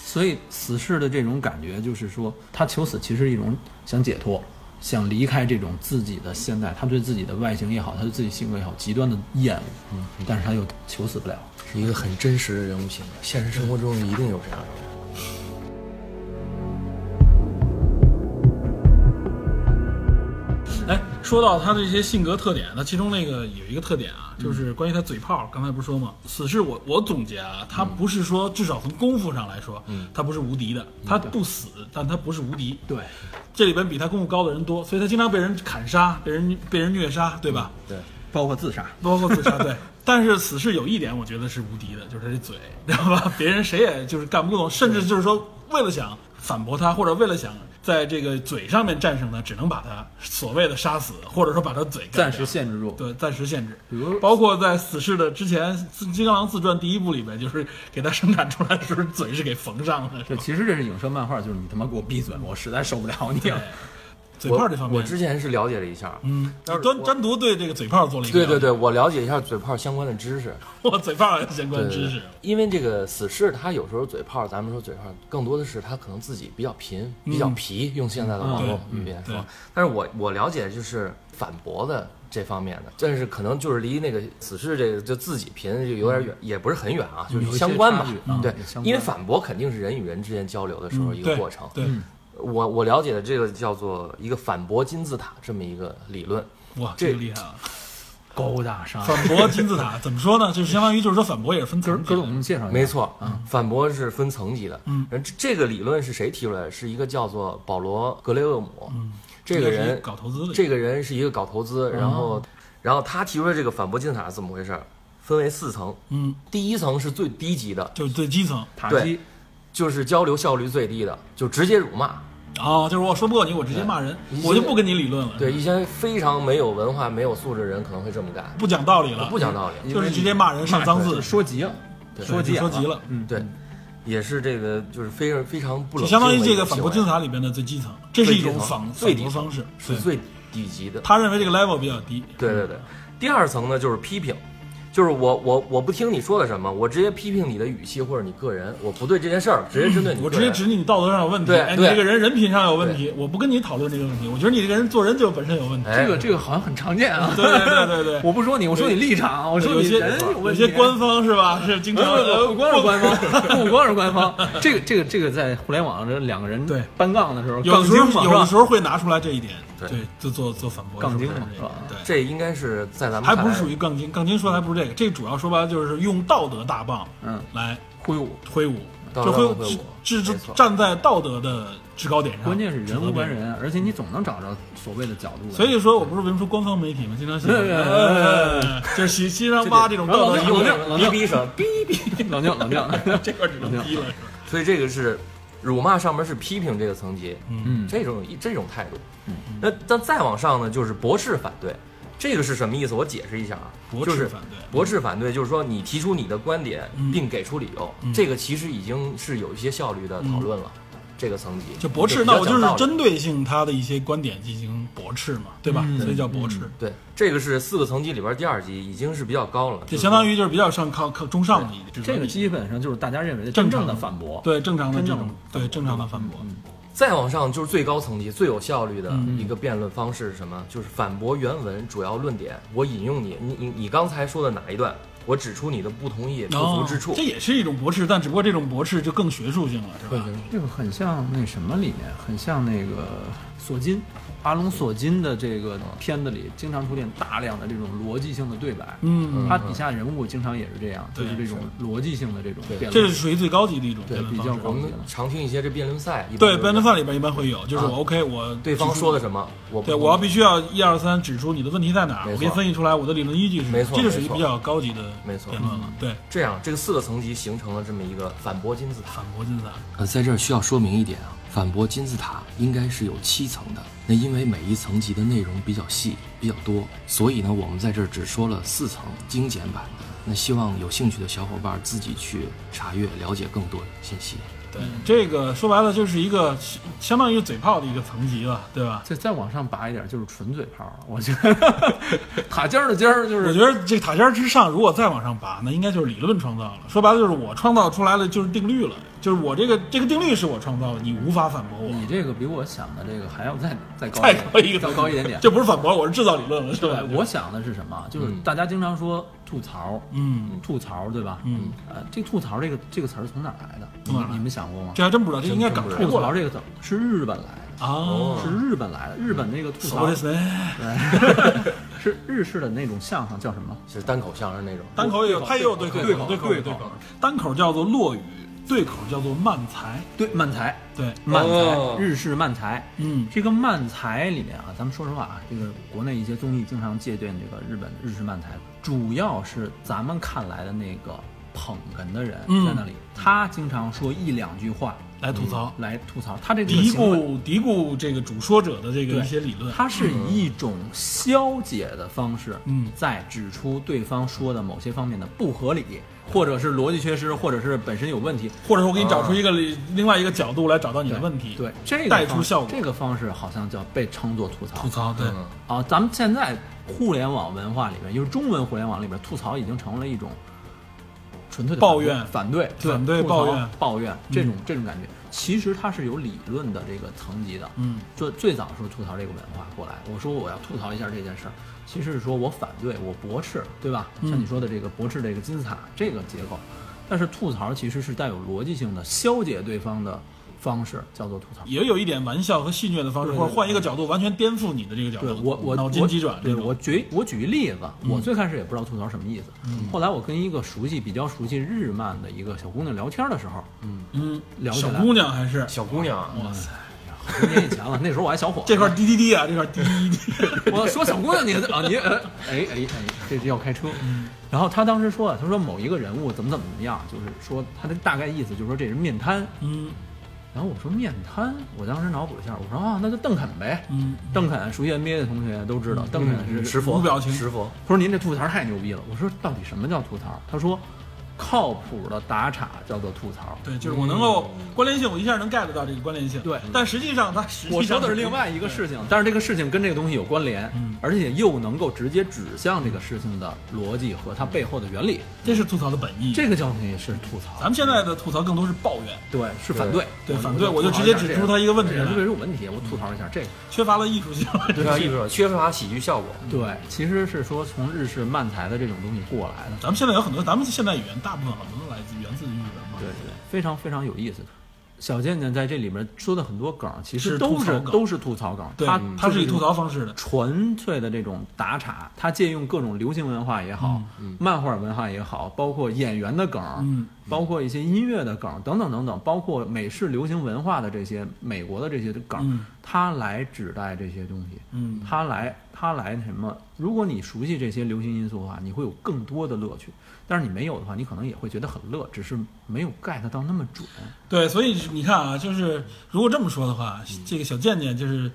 Speaker 5: 所以死侍的这种感觉就是说，他求死其实是一种想解脱，想离开这种自己的现在，他对自己的外形也好，他对自己性格也好，极端的厌恶，嗯但是他又求死不了。
Speaker 3: 是一个很真实的人物形象。现实生活中一定有这样的人。
Speaker 4: 哎，说到他的这些性格特点，那其中那个有一个特点啊，就是关于他嘴炮。刚才不是说吗？死侍我我总结啊，他不是说至少从功夫上来说，他不是无敌的，他不死，但他不是无敌。
Speaker 5: 对，
Speaker 4: 这里边比他功夫高的人多，所以他经常被人砍杀，被人被人虐杀，对吧？
Speaker 3: 对，
Speaker 5: 包括自杀。
Speaker 4: 包括自杀，对。 *laughs* 但是死侍有一点，我觉得是无敌的，就是他这嘴，知道吧？ *laughs* 别人谁也就是干不动，甚至就是说，为了想反驳他，或者为了想在这个嘴上面战胜他，只能把他所谓的杀死，或者说把他嘴干掉
Speaker 5: 暂时限制住。
Speaker 4: 对暂时限制
Speaker 5: 比如。
Speaker 4: 包括在死侍的之前，《金刚狼自传》第一部里面，就是给他生产出来的时候，嘴是给缝上的，是
Speaker 5: 这
Speaker 4: 吧？
Speaker 5: 其实这是影射漫画，就是你他妈给我闭嘴，我实在受不了你。
Speaker 4: *laughs* 嘴炮这方面，
Speaker 3: 我之前是了解了一下。
Speaker 4: 嗯，你单单独对这个嘴炮做了一个
Speaker 3: 对对
Speaker 4: 了解，
Speaker 3: 对，我了解一下嘴炮相关的知识。
Speaker 4: *laughs* 我嘴炮相关
Speaker 3: 对
Speaker 4: 知识，，
Speaker 3: 因为这个死侍他有时候嘴炮，咱们说嘴炮，更多的是他可能自己比较贫，比较皮，用现在的网络语言
Speaker 4: 嗯对
Speaker 3: 说。但是我我了解就是反驳的这方面的，但是可能就是离那个死侍这个就自己贫就有点远，
Speaker 4: 嗯
Speaker 3: 也不是很远啊，就是相关嘛
Speaker 5: 有一些差距啊。
Speaker 3: 对
Speaker 5: 有相，关
Speaker 3: 因为反驳肯定是人与人之间交流的时候
Speaker 4: 嗯
Speaker 3: 一
Speaker 4: 对
Speaker 3: 个过程。
Speaker 4: 对，
Speaker 3: 我我了解的这个叫做一个反驳金字塔这么一个理论。
Speaker 4: 哇，
Speaker 3: 这
Speaker 4: 这个厉害啊！
Speaker 5: 高大 *laughs* 上。
Speaker 4: 反驳金字塔怎么说呢？就是相当于就是说反驳也是分
Speaker 5: 哥
Speaker 4: 层级
Speaker 5: 嗯哥
Speaker 4: 的
Speaker 5: 总，我们介绍一下，
Speaker 3: 没错，反驳是分层级的。
Speaker 4: 嗯
Speaker 3: 然后这这个理论是谁提出来的？是一个叫做保罗·格雷厄姆，这个
Speaker 4: 应该嗯是
Speaker 3: 人，
Speaker 4: 搞投资的，哦
Speaker 3: 这个人是一个搞投资，然后，然后他提出来这个反驳金字塔是怎么回事儿？分为四层，
Speaker 4: 嗯，
Speaker 3: 第一层是最低级的，
Speaker 4: 就是最基层
Speaker 5: 塔
Speaker 3: 对
Speaker 5: 基，
Speaker 3: 就是交流效率最低的，就直接辱骂，
Speaker 4: 啊，就是我说不过你，我直接骂人，
Speaker 3: 对
Speaker 4: 我就不跟你理论了，
Speaker 3: 对一些非常没有文化、没有素质的人可能会这么干，
Speaker 4: 不讲道理了，
Speaker 3: 不讲道理。
Speaker 4: 就是直接骂人上脏字，
Speaker 5: 说急了，
Speaker 3: 对
Speaker 5: 说急
Speaker 4: 就说急了，
Speaker 5: 嗯，
Speaker 3: 对，也是这个就是非常非常不
Speaker 4: 就
Speaker 3: 冷
Speaker 4: 相
Speaker 3: 静
Speaker 4: 当
Speaker 3: 的
Speaker 4: 于
Speaker 3: 一
Speaker 4: 这个
Speaker 3: 个
Speaker 4: 反驳金字塔里边的最基层，这是一种反
Speaker 3: 最
Speaker 4: 反
Speaker 3: 底
Speaker 4: 驳
Speaker 3: 层
Speaker 4: 方式，对
Speaker 3: 行为是，最底级的。
Speaker 4: 他认为这个 level 比较低，
Speaker 3: 对对对，第二层呢就是批评，就是我我我不听你说的什么，我直接批评你的语气或者你个人，我不对这件事儿直接针对你
Speaker 4: 嗯
Speaker 3: 个人。
Speaker 4: 我直接指你道德上有问题，
Speaker 3: 对
Speaker 4: 哎，你
Speaker 3: 对
Speaker 4: 这个人人品上有问题，我不跟你讨论这个问题，我觉得你这个人做人就本身有问题。
Speaker 3: 哎
Speaker 5: 这个这个好像很常见啊。
Speaker 4: 对对对对对，
Speaker 5: 我不说你，我说你立场，我说
Speaker 4: 有
Speaker 5: 你
Speaker 4: 些
Speaker 5: 人问
Speaker 4: 有
Speaker 5: 题
Speaker 4: 些官方是吧？呃是经
Speaker 5: 不
Speaker 4: 常
Speaker 5: *laughs* 不不光是官方，不光是官方，这个这个这个在互联网上这两个人
Speaker 4: 对
Speaker 5: 搬杠的时候，
Speaker 4: 有的
Speaker 5: 杠
Speaker 4: 时
Speaker 5: 精
Speaker 4: 候
Speaker 5: 嘛
Speaker 4: 有的
Speaker 5: 是
Speaker 4: 时
Speaker 5: 吧？
Speaker 4: 候会拿出来这一点，
Speaker 3: 对
Speaker 4: 对，就做做反驳，
Speaker 5: 杠精
Speaker 4: 是
Speaker 5: 嘛
Speaker 4: 这
Speaker 5: 是吧
Speaker 4: 样对，
Speaker 3: 这应该是在咱们
Speaker 4: 还不
Speaker 3: 看
Speaker 4: 是
Speaker 3: 来
Speaker 4: 属于杠精，杠精说的还不是这个，这主要说白了就是用道德大棒
Speaker 5: 嗯，
Speaker 4: 来
Speaker 5: 挥舞。
Speaker 4: 挥舞，
Speaker 3: 道
Speaker 4: 就
Speaker 3: 德
Speaker 4: 挥
Speaker 3: 大
Speaker 4: 舞
Speaker 3: 棒挥舞
Speaker 4: 至至
Speaker 3: 没错
Speaker 4: 站在道德的制高点上，
Speaker 5: 关键是人无
Speaker 4: 指责别
Speaker 5: 完。人，啊而且你总能找着所谓的角度来。
Speaker 4: 所以说，我不是为什么说官方媒体嘛，经常
Speaker 5: *laughs*
Speaker 4: 写，
Speaker 5: 对对对
Speaker 4: 哎就是新新上挖这种道德疑
Speaker 5: 冷
Speaker 4: 问
Speaker 5: 静，冷静
Speaker 3: 哔哔声，哔
Speaker 5: *laughs* 冷静冷静，
Speaker 4: *laughs* 这块只能低了。是吧
Speaker 3: 所以这个是辱骂，上面是批评这个层级，
Speaker 5: 嗯
Speaker 3: 这种这种态度。
Speaker 4: 嗯
Speaker 3: 那但再往上呢，就是驳斥反对，这个是什么意思？我解释一下啊，
Speaker 4: 驳
Speaker 3: 就
Speaker 4: 斥
Speaker 3: 是
Speaker 4: 反对嗯
Speaker 3: 驳斥反对就是说你提出你的观点并给出理由，这个其实已经是有一些效率的讨论了。这个层级
Speaker 4: 嗯就驳斥，
Speaker 3: 比较
Speaker 4: 那我就
Speaker 3: 讲
Speaker 4: 是
Speaker 3: 道理
Speaker 4: 针对性他的一些观点进行驳斥嘛，对吧？
Speaker 5: 嗯
Speaker 4: 所以叫驳斥，
Speaker 3: 对，这个是四个层级里边第二级，已经是比较高了，
Speaker 4: 就相当
Speaker 3: 于
Speaker 4: 于就是比较上靠靠中上的一点。
Speaker 5: 这个基本上就是大家认为的真正的反驳。
Speaker 4: 对正常的这
Speaker 5: 真正
Speaker 4: 种
Speaker 5: 的
Speaker 4: 对正常的反驳，
Speaker 3: 嗯再往上就是最高层级、最有效率的
Speaker 4: 嗯
Speaker 3: 一个辩论方式是什么？就是反驳原文主要论点，我引用你，你你你刚才说的哪一段，我指出你的不同意、不
Speaker 4: 哦
Speaker 3: 足之处
Speaker 4: 这。也是一种驳斥，但只不过这种驳斥就更学术性了，是吧？
Speaker 5: 这个很像那什么里面，很像那个索金，阿隆索金的这个片子里经常出现大量的这种逻辑性的对白。
Speaker 4: 嗯
Speaker 5: 他底下人物经常也是这样，就
Speaker 4: 对
Speaker 5: 是这种逻辑性的这种辩
Speaker 4: 这
Speaker 5: 论
Speaker 4: 是。属于最高级的一种辩论
Speaker 5: 比
Speaker 4: 方
Speaker 5: 较
Speaker 4: 式。
Speaker 3: 我们常听一些这辩论赛，一般
Speaker 4: 对
Speaker 3: 就是
Speaker 4: 辩论赛里边一般会有，就是我 OK，我
Speaker 3: 啊对方
Speaker 4: 提出
Speaker 3: 说的什么，我不
Speaker 4: 对，
Speaker 3: 同意
Speaker 4: 我要必须要一二三指出你的问题在哪儿，
Speaker 3: 没
Speaker 4: 我
Speaker 3: 错
Speaker 4: 给你分析出来我的理论依据是什么，
Speaker 3: 没错
Speaker 4: 这就属于
Speaker 3: 没错
Speaker 4: 比较高级的
Speaker 3: 没错嗯
Speaker 4: 辩论了。对，
Speaker 3: 这样，这个四个层级形成了这么一个反驳金字塔。
Speaker 4: 反驳竞赛，
Speaker 3: 呃，在这儿需要说明一点啊，反驳金字塔应该是有七层的。那因为每一层级的内容比较细、比较多，所以呢，我们在这儿只说了四层精简版的。那希望有兴趣的小伙伴自己去查阅了解更多信息。
Speaker 4: 对，这个说白了就是一个相当于嘴炮的一个层级了，对吧？
Speaker 5: 再再往上拔一点，就是纯嘴炮了。我觉得塔尖儿的尖儿就
Speaker 4: 我
Speaker 5: 是
Speaker 4: 觉得这塔尖儿之上，如果再往上拔，那应该就是理论创造了。说白了就是我创造出来了，就是定律了，就是我这个这个定律是我创造的，你无法反驳我。
Speaker 5: 你这个比我想的这个还要再再高
Speaker 4: 再
Speaker 5: 一
Speaker 4: 高一个
Speaker 5: 点嗯再
Speaker 4: 层级
Speaker 5: 高一点点。
Speaker 4: 这不是反驳，我是制造理论了，是吧？
Speaker 5: 对，我想的是什么？就是大家经常说吐槽，
Speaker 4: 嗯，
Speaker 5: 吐槽对吧？
Speaker 4: 嗯，
Speaker 5: 呃，这吐槽这个这个词儿从哪儿来的？你
Speaker 4: 从哪儿来
Speaker 5: 们你们想过吗？
Speaker 4: 这还真不知道，这应该港
Speaker 5: 吐
Speaker 4: 出
Speaker 5: 槽这个词儿是日本来的，
Speaker 4: 啊。
Speaker 5: 是日本来的。日本那个吐
Speaker 4: 说
Speaker 5: 槽
Speaker 4: 的是呢，
Speaker 5: *laughs* 是日式的那种相声，叫什么？
Speaker 3: 就是单口相声那种，
Speaker 4: 单口也有，他也有对口，
Speaker 5: 对
Speaker 4: 口
Speaker 5: 口
Speaker 4: 对口，
Speaker 5: 对口
Speaker 4: 口。单口叫做落语，对口叫做慢才。
Speaker 5: 对，漫才，
Speaker 4: 对，
Speaker 5: 漫
Speaker 7: 哦
Speaker 5: 才，日式漫才。
Speaker 4: 嗯，
Speaker 5: 这个漫才里面啊，咱们说实话啊，这个国内一些综艺经常借鉴这个日本日式漫才，主要是咱们看来的那个捧哏的人
Speaker 4: 嗯
Speaker 5: 在那里，他经常说一两句话
Speaker 4: 来吐槽，
Speaker 5: 来吐
Speaker 4: 嗯
Speaker 5: 槽，嗯他这个
Speaker 4: 嘀
Speaker 5: 行为
Speaker 4: 咕嘀咕这个主说者的这个
Speaker 5: 对
Speaker 4: 一些理论。
Speaker 5: 它是以一种消解的方式，
Speaker 4: 嗯
Speaker 5: 在指出对方说的某些方面的不合理，或者是逻辑缺失，或者是本身有问题。
Speaker 4: 或者我给你找出一个里另外一个角度来找到你的问题，
Speaker 5: 啊对，这个
Speaker 4: 带
Speaker 5: 方
Speaker 4: 出效果
Speaker 5: 这个方式好像叫被称作吐槽
Speaker 4: 吐槽对，
Speaker 5: 啊。咱们现在互联网文化里面，就是中文互联网里面，吐槽已经成了一种纯粹的
Speaker 4: 抱怨
Speaker 5: 反对、对
Speaker 4: 反对
Speaker 5: 吐槽
Speaker 4: 抱怨嗯
Speaker 5: 抱怨这种这种感觉。其实它是有理论的这个层级的，
Speaker 4: 嗯，
Speaker 5: 就最早是吐槽这个文化过来，我说我要吐槽一下这件事儿，其实是说我反对，我驳斥，对吧？像
Speaker 4: 嗯
Speaker 5: 你说的这个驳斥这个金字塔这个结构，但是吐槽其实是带有逻辑性的，消解对方的方式叫做吐槽。
Speaker 4: 也有一点玩笑和戏谑的方式，
Speaker 5: 对对
Speaker 4: 或者换一个角度完全颠覆你的这个角
Speaker 5: 对
Speaker 4: 度，
Speaker 5: 我我
Speaker 4: 脑
Speaker 5: 我
Speaker 4: 筋急转
Speaker 5: 对
Speaker 4: 这种嗯
Speaker 5: 我举我举一例子，我最开始也不知道吐槽什么意思，后来我跟一个熟悉比较熟悉日漫的一个小姑娘聊天的时候，
Speaker 4: 嗯，
Speaker 5: 聊起
Speaker 4: 小
Speaker 5: 来
Speaker 4: 姑娘还是
Speaker 3: 小姑娘啊，
Speaker 4: 哇塞，
Speaker 5: 哎十年以前了，那时候我还小伙子，
Speaker 4: 这块滴滴滴啊，这块滴滴滴，
Speaker 5: 我说小姑娘你啊
Speaker 4: *laughs*
Speaker 5: 你呃哎哎哎，这是要开车。
Speaker 4: 嗯
Speaker 5: 然后他当时说，他说某一个人物怎么怎么怎么样，就是说他的大概意思就是说这人面瘫。
Speaker 4: 嗯
Speaker 5: 然后我说面瘫，我当时脑补一下，我说啊那就邓肯呗。
Speaker 4: 嗯，
Speaker 5: 邓肯熟悉 NBA 的同学都知道，邓肯是
Speaker 3: 石佛
Speaker 4: 无表情
Speaker 3: 石佛，
Speaker 5: 他说您这吐槽太牛逼了。我说到底什么叫吐槽？他说靠谱的打岔叫做吐槽。
Speaker 4: *laughs* 对，就是我能够关联性，我一下能 get 到这个关联性。
Speaker 5: 嗯对
Speaker 4: 但实际上它实际上
Speaker 5: 我说的是另外一个事情，但是这个事情跟这个东西有关联，
Speaker 4: 嗯
Speaker 5: 而且又能够直接指向这个事情的逻辑和它背后的原理，
Speaker 4: 这是吐槽的本意。
Speaker 5: 这个叫东西是吐槽。
Speaker 4: 嗯咱们现在的吐槽更多是抱怨，
Speaker 5: 对是反对，
Speaker 4: 对
Speaker 5: 我
Speaker 4: 反对，我
Speaker 5: 我
Speaker 4: 就直接指出他一个问题
Speaker 5: 这
Speaker 4: 来
Speaker 5: 个，这是问题，我吐槽一下这个。
Speaker 4: 缺乏了艺术性。
Speaker 3: 对啊，艺术上缺乏喜剧效
Speaker 4: 嗯
Speaker 3: 果。
Speaker 5: 对，其实是说从日式漫才的这种东西过来的。
Speaker 4: *laughs* 咱们现在有很多，咱们现在语言大部分很多都来自源自于日文嘛。
Speaker 5: 对对，对，非常非常有意思。小贱贱在这里面说的很多梗，其实
Speaker 4: 是
Speaker 5: 都
Speaker 4: 吐槽
Speaker 5: 是
Speaker 4: 梗
Speaker 5: 都是吐槽梗，
Speaker 4: 对，
Speaker 5: 他
Speaker 4: 它是以
Speaker 5: 这
Speaker 4: 吐
Speaker 5: 种
Speaker 4: 槽方式的。
Speaker 5: 纯粹的这种打岔，他借用各种流行文化也好，漫画文化也好，包括演员的梗，
Speaker 4: 嗯
Speaker 5: 包括一些音乐的梗等等等等，包括美式流行文化的这些美国的这些梗，
Speaker 4: 嗯
Speaker 5: 他来指代这些东西，
Speaker 4: 嗯
Speaker 5: 他来他来什么？如果你熟悉这些流行因素的话，你会有更多的乐趣。但是你没有的话，你可能也会觉得很乐，只是没有 get 到那么
Speaker 4: *laughs*
Speaker 5: 准。
Speaker 4: 对，所以你看啊，就是如果这么说的话，
Speaker 5: 嗯
Speaker 4: 这个小贱贱就是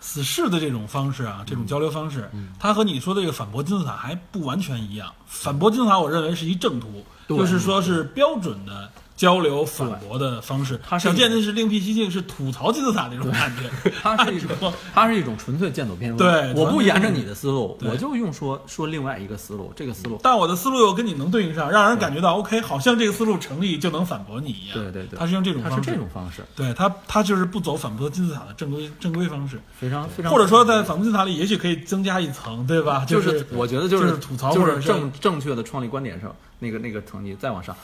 Speaker 4: 死士的这种方式啊，这
Speaker 5: 嗯
Speaker 4: 种交流方式，它和你说的这个反驳金字塔还不完全一样。反驳金字塔，我认为是一正途，
Speaker 5: 对嗯
Speaker 4: 就是说是标准的。交流反驳的方式，
Speaker 5: 它是
Speaker 4: 小贱贱是另辟蹊径，是吐槽金字塔那种感觉。
Speaker 5: *laughs* 它是
Speaker 4: *laughs*
Speaker 5: 一种，它是一种纯粹剑走偏锋。
Speaker 4: 对
Speaker 5: 我不
Speaker 4: 纯粹
Speaker 5: 沿着你的思路，
Speaker 4: 对嗯
Speaker 5: 我就用说说另外一个思路，这个思路
Speaker 4: 但我的思路又跟你能对应上，让人感觉到 OK，好像这个思路成立就能反驳你一样。
Speaker 5: 对对对，
Speaker 4: 他是用这种
Speaker 5: 他
Speaker 4: 方
Speaker 5: 是
Speaker 4: 式，
Speaker 5: 这种方式，
Speaker 4: 对他他就是不走反驳金字塔的正规正规方式。
Speaker 5: 非常非常，
Speaker 4: 或者说在反复金字塔里，也许可以增加一层，对吧？
Speaker 5: *laughs* 就是我觉得
Speaker 4: 就是吐槽，
Speaker 5: 就
Speaker 4: 或
Speaker 5: 是
Speaker 4: 者
Speaker 5: 正正确的创立观点上那个那个层级再往上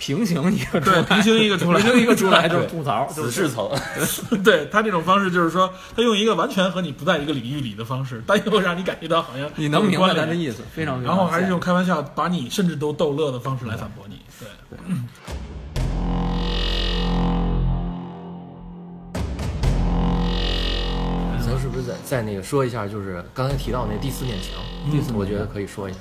Speaker 5: 平行一个出
Speaker 4: 对
Speaker 5: 来，
Speaker 4: 平行一个出来，
Speaker 5: 平行一个出来就是
Speaker 3: 对
Speaker 5: 吐槽，就
Speaker 3: 死侍
Speaker 5: 是
Speaker 3: 层，
Speaker 4: *laughs* 对他这种方式就是说，他用一个完全和你不在一个领域里的方式，但又让你感觉到好像
Speaker 5: 你能明白
Speaker 4: 有关
Speaker 5: 咱
Speaker 4: 联
Speaker 5: 这意思，非常非
Speaker 4: 然
Speaker 5: 常
Speaker 4: 后还是用开玩笑把你甚至都逗乐的方式来反驳你。对，
Speaker 5: 嗯
Speaker 3: 咱是不是再再那个说一下，就是刚才提到那第四面墙，第四我觉得可以说一下。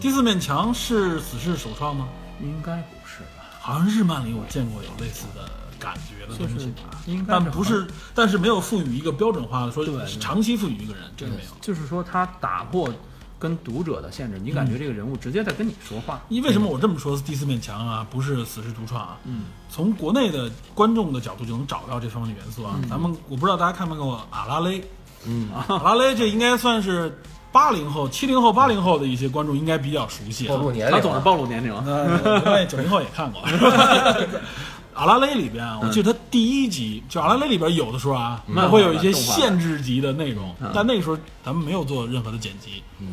Speaker 4: 第四面墙是死侍首创吗？
Speaker 5: 应该不是吧？
Speaker 4: 好像日漫里我见过有类似的感觉的东西吧，
Speaker 5: 就是应该是
Speaker 4: 但不是，但是没有赋予一个标准化的说是长期赋予一个人，这个没有。
Speaker 5: 就是说他打破跟读者的限制，你
Speaker 4: 嗯
Speaker 5: 感觉这个人物直接在跟你说话，
Speaker 4: 因为什么我这么说？第四面墙啊，不是死侍独创啊。嗯，从国内的观众的角度就能找到这方面的元素啊。咱们我不知道大家看没看过阿拉蕾，嗯，阿拉蕾这应该算是八零后、七零后、八零后的一些观众应该比较熟悉、
Speaker 3: 暴
Speaker 4: 啊。
Speaker 3: 露年龄
Speaker 5: 他
Speaker 3: 了，
Speaker 5: 总是暴露年龄了。
Speaker 4: 呃，另外九零后也看过。 *laughs* 阿拉蕾里边啊，我记得它第一集，就阿拉蕾里边有的时候啊，
Speaker 3: 嗯
Speaker 4: 它会有一些限制级的内容，但那个时候咱们没有做任何的剪辑。
Speaker 3: 嗯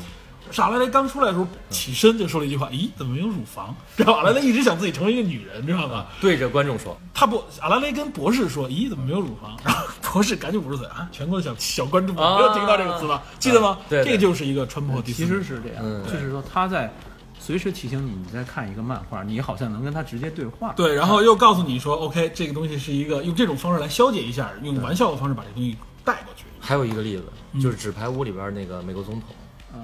Speaker 4: 是阿拉蕾刚出来的时候，起身就说了一句话：“咦，怎么没有乳房？” *laughs* 然后阿拉蕾一直想自己成为一个女人，知道吧？
Speaker 3: 对着观众说，
Speaker 4: 他博阿拉蕾跟博士说：“咦，怎么没有乳房？” *laughs* 然后博士赶紧捂住嘴啊！全国的小小观众
Speaker 3: 啊
Speaker 4: 没有听到这个词吧？记得吗？
Speaker 3: 对对
Speaker 4: 这就是一个穿破第四
Speaker 5: 其实是这样，
Speaker 3: 嗯
Speaker 5: 就是说他在随时提醒你，你在看一个漫画，你好像能跟他直接对话。
Speaker 4: 对，然后又告诉你说，OK，这个东西是一个用这种方式来消解一下，用玩笑的方式把这东西带过去。
Speaker 3: 还有一个例子，就是《纸牌屋》里边那个美国总统，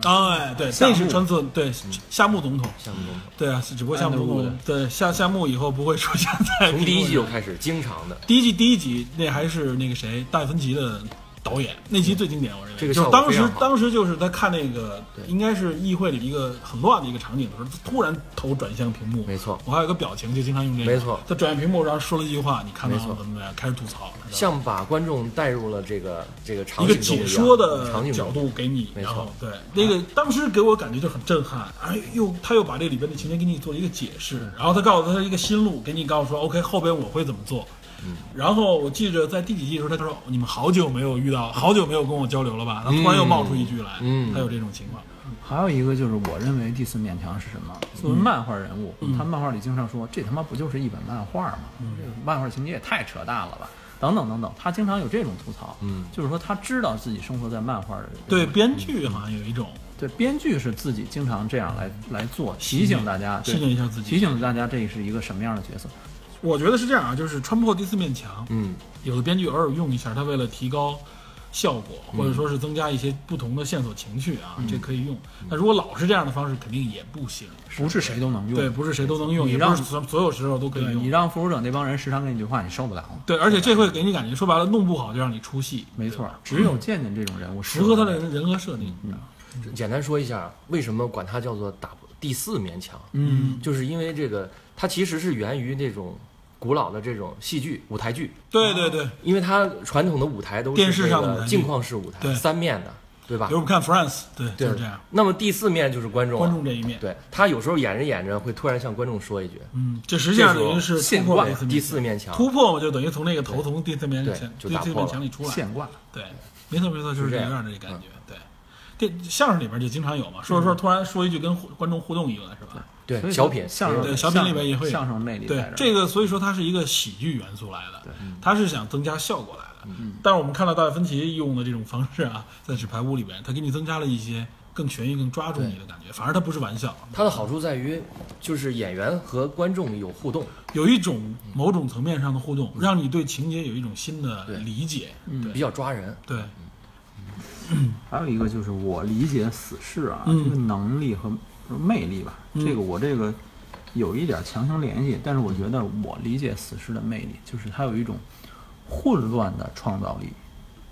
Speaker 4: 哎，对，
Speaker 5: 夏
Speaker 4: 那
Speaker 5: 目
Speaker 4: 是川村，对，夏目总统，
Speaker 3: 嗯夏目总统，
Speaker 4: 对啊，是只不过夏目总
Speaker 5: Underwood
Speaker 4: 统，对夏夏目以后不会出现在
Speaker 3: *laughs* 从第一季就
Speaker 4: 有，
Speaker 3: 开始经常的，
Speaker 4: 第一季第一集那还是那个谁戴芬奇的导演，那集最经典，我认为
Speaker 3: 嗯这个
Speaker 4: 就
Speaker 3: 效
Speaker 4: 是
Speaker 3: 果
Speaker 4: 当
Speaker 3: 非
Speaker 4: 时
Speaker 3: 常好
Speaker 4: 当时就是他看那个应该是议会里的一个很乱的一个场景的时候，他突然头转向屏幕，
Speaker 3: 没错
Speaker 4: 我还有个表情就经常用这个，
Speaker 3: 没错
Speaker 4: 他转向屏幕然后说了一句话，你看到
Speaker 3: 没
Speaker 4: 了
Speaker 3: 错
Speaker 4: 怎么怎么样，开始吐槽，知道吧
Speaker 3: 像把观众带入了这个这个场
Speaker 4: 一个
Speaker 3: 景中
Speaker 4: 解
Speaker 3: 样
Speaker 4: 说的
Speaker 3: 场景中
Speaker 4: 角度给你，
Speaker 3: 没
Speaker 4: 然
Speaker 3: 错啊
Speaker 4: 后对那个当时给我感觉就很震撼，哎，又他又把这里边的情节给你做了一个解释，
Speaker 3: 嗯
Speaker 4: 然后他告诉他一个心路，给你告诉说 OK 后边我会怎么做。
Speaker 3: 嗯
Speaker 4: 然后我记着在第几季的时候，他说你们好久没有遇到，好久没有跟我交流了吧？他突然又冒出一句来，
Speaker 3: 嗯
Speaker 4: 他有这种情况，
Speaker 5: 还有一个就是，我认为第四面墙是什么？作为
Speaker 4: 嗯
Speaker 5: 漫画人物，他漫画里经常说，这他妈不就是一本漫画吗？
Speaker 4: 嗯
Speaker 5: 这个漫画情节也太扯淡了吧！等等等等，他经常有这种吐槽，
Speaker 3: 嗯
Speaker 5: 就是说他知道自己生活在漫画的人，
Speaker 4: 对编剧好像有一种
Speaker 5: 对，编剧是自己经常这样来
Speaker 4: 嗯
Speaker 5: 来做，提醒大家，对
Speaker 4: 训练一下自
Speaker 5: 提
Speaker 4: 己。
Speaker 5: 醒大家这是一个什么样的角色。
Speaker 4: 我觉得是这样啊，就是穿破第四面墙，
Speaker 3: 嗯，
Speaker 4: 有的编剧偶尔用一下，他为了提高效果，或者说是增加一些不同的线索情绪啊，这可以用。但如果老是这样的方式，肯定也不行。
Speaker 5: 不是谁都能用，
Speaker 4: 对，不是谁都能用，
Speaker 5: 你
Speaker 4: 也
Speaker 5: 让
Speaker 4: 不是所所有时候都可以
Speaker 5: 对
Speaker 4: 用
Speaker 5: 你。让复仇者那帮人时常跟你对话，你受不了吗？
Speaker 4: 对，而且这会给你感觉，说白了，弄不好就让你出戏。
Speaker 5: 没错，只有健健这种人物适
Speaker 4: 嗯符合他
Speaker 5: 合
Speaker 4: 的人人格设定。
Speaker 3: 简单说一下，为什么管它叫做打第四面墙，
Speaker 4: 嗯，
Speaker 3: 就是因为这个，它其实是源于那种古老的这种戏剧舞台剧，
Speaker 4: 对对对，
Speaker 3: 因为它传统的舞台都是
Speaker 4: 电视
Speaker 3: 这
Speaker 4: 上的
Speaker 3: 个
Speaker 4: 舞台剧
Speaker 3: 镜框式舞台，
Speaker 4: 对
Speaker 3: 三面的，对吧
Speaker 4: 比如？我们看 France，对，
Speaker 3: 对
Speaker 4: 就是这样，。
Speaker 3: 那么第四面就是观众了，
Speaker 4: 观众这一面，
Speaker 3: 对他有时候演着演着会突然向观众说一句
Speaker 4: 嗯，这实际上等于是
Speaker 5: 现
Speaker 4: 突破
Speaker 5: 挂
Speaker 4: 了
Speaker 3: “第四面墙
Speaker 4: 突破嘛，就等于从那个头从第四面
Speaker 3: 对
Speaker 4: 墙
Speaker 3: 就
Speaker 4: 第
Speaker 3: 打
Speaker 4: 四
Speaker 3: 破
Speaker 4: 面
Speaker 3: 了
Speaker 4: 墙里出来，
Speaker 5: 现挂，
Speaker 4: 对，没错没错，就是
Speaker 3: 是
Speaker 4: 这
Speaker 3: 这
Speaker 4: 样嗯
Speaker 3: 样
Speaker 4: 的这感觉。对，电相声里边就经常有嘛，说着说着突然说一句跟互观众互动一个是吧？”，
Speaker 3: 对
Speaker 5: 所以
Speaker 3: 小品，
Speaker 5: 相声
Speaker 4: 对小品里边也会有
Speaker 5: 相声魅力
Speaker 4: 对
Speaker 5: 在，
Speaker 4: 这嗯
Speaker 5: 儿
Speaker 4: 个所以说它是一个喜剧元素来的，它是想增加效果来的。但是我们看到大卫芬奇用的这种方式啊，在纸牌屋里边，它给你增加了一些更痊愈、更抓住你的感觉，反而它不是玩笑，
Speaker 3: 它的好处在于就是演员和观众有互动，
Speaker 4: 有一种某种层面上的互动，让你对情节有一种新的理解。
Speaker 3: 比较抓人。
Speaker 4: 对，
Speaker 5: 还有一个就是我理解死侍啊，
Speaker 4: 嗯
Speaker 5: 这个能力和魅力吧，
Speaker 4: 嗯
Speaker 5: 这个我这个有一点强行联系，但是我觉得我理解死侍的魅力就是它有一种混乱的创造力，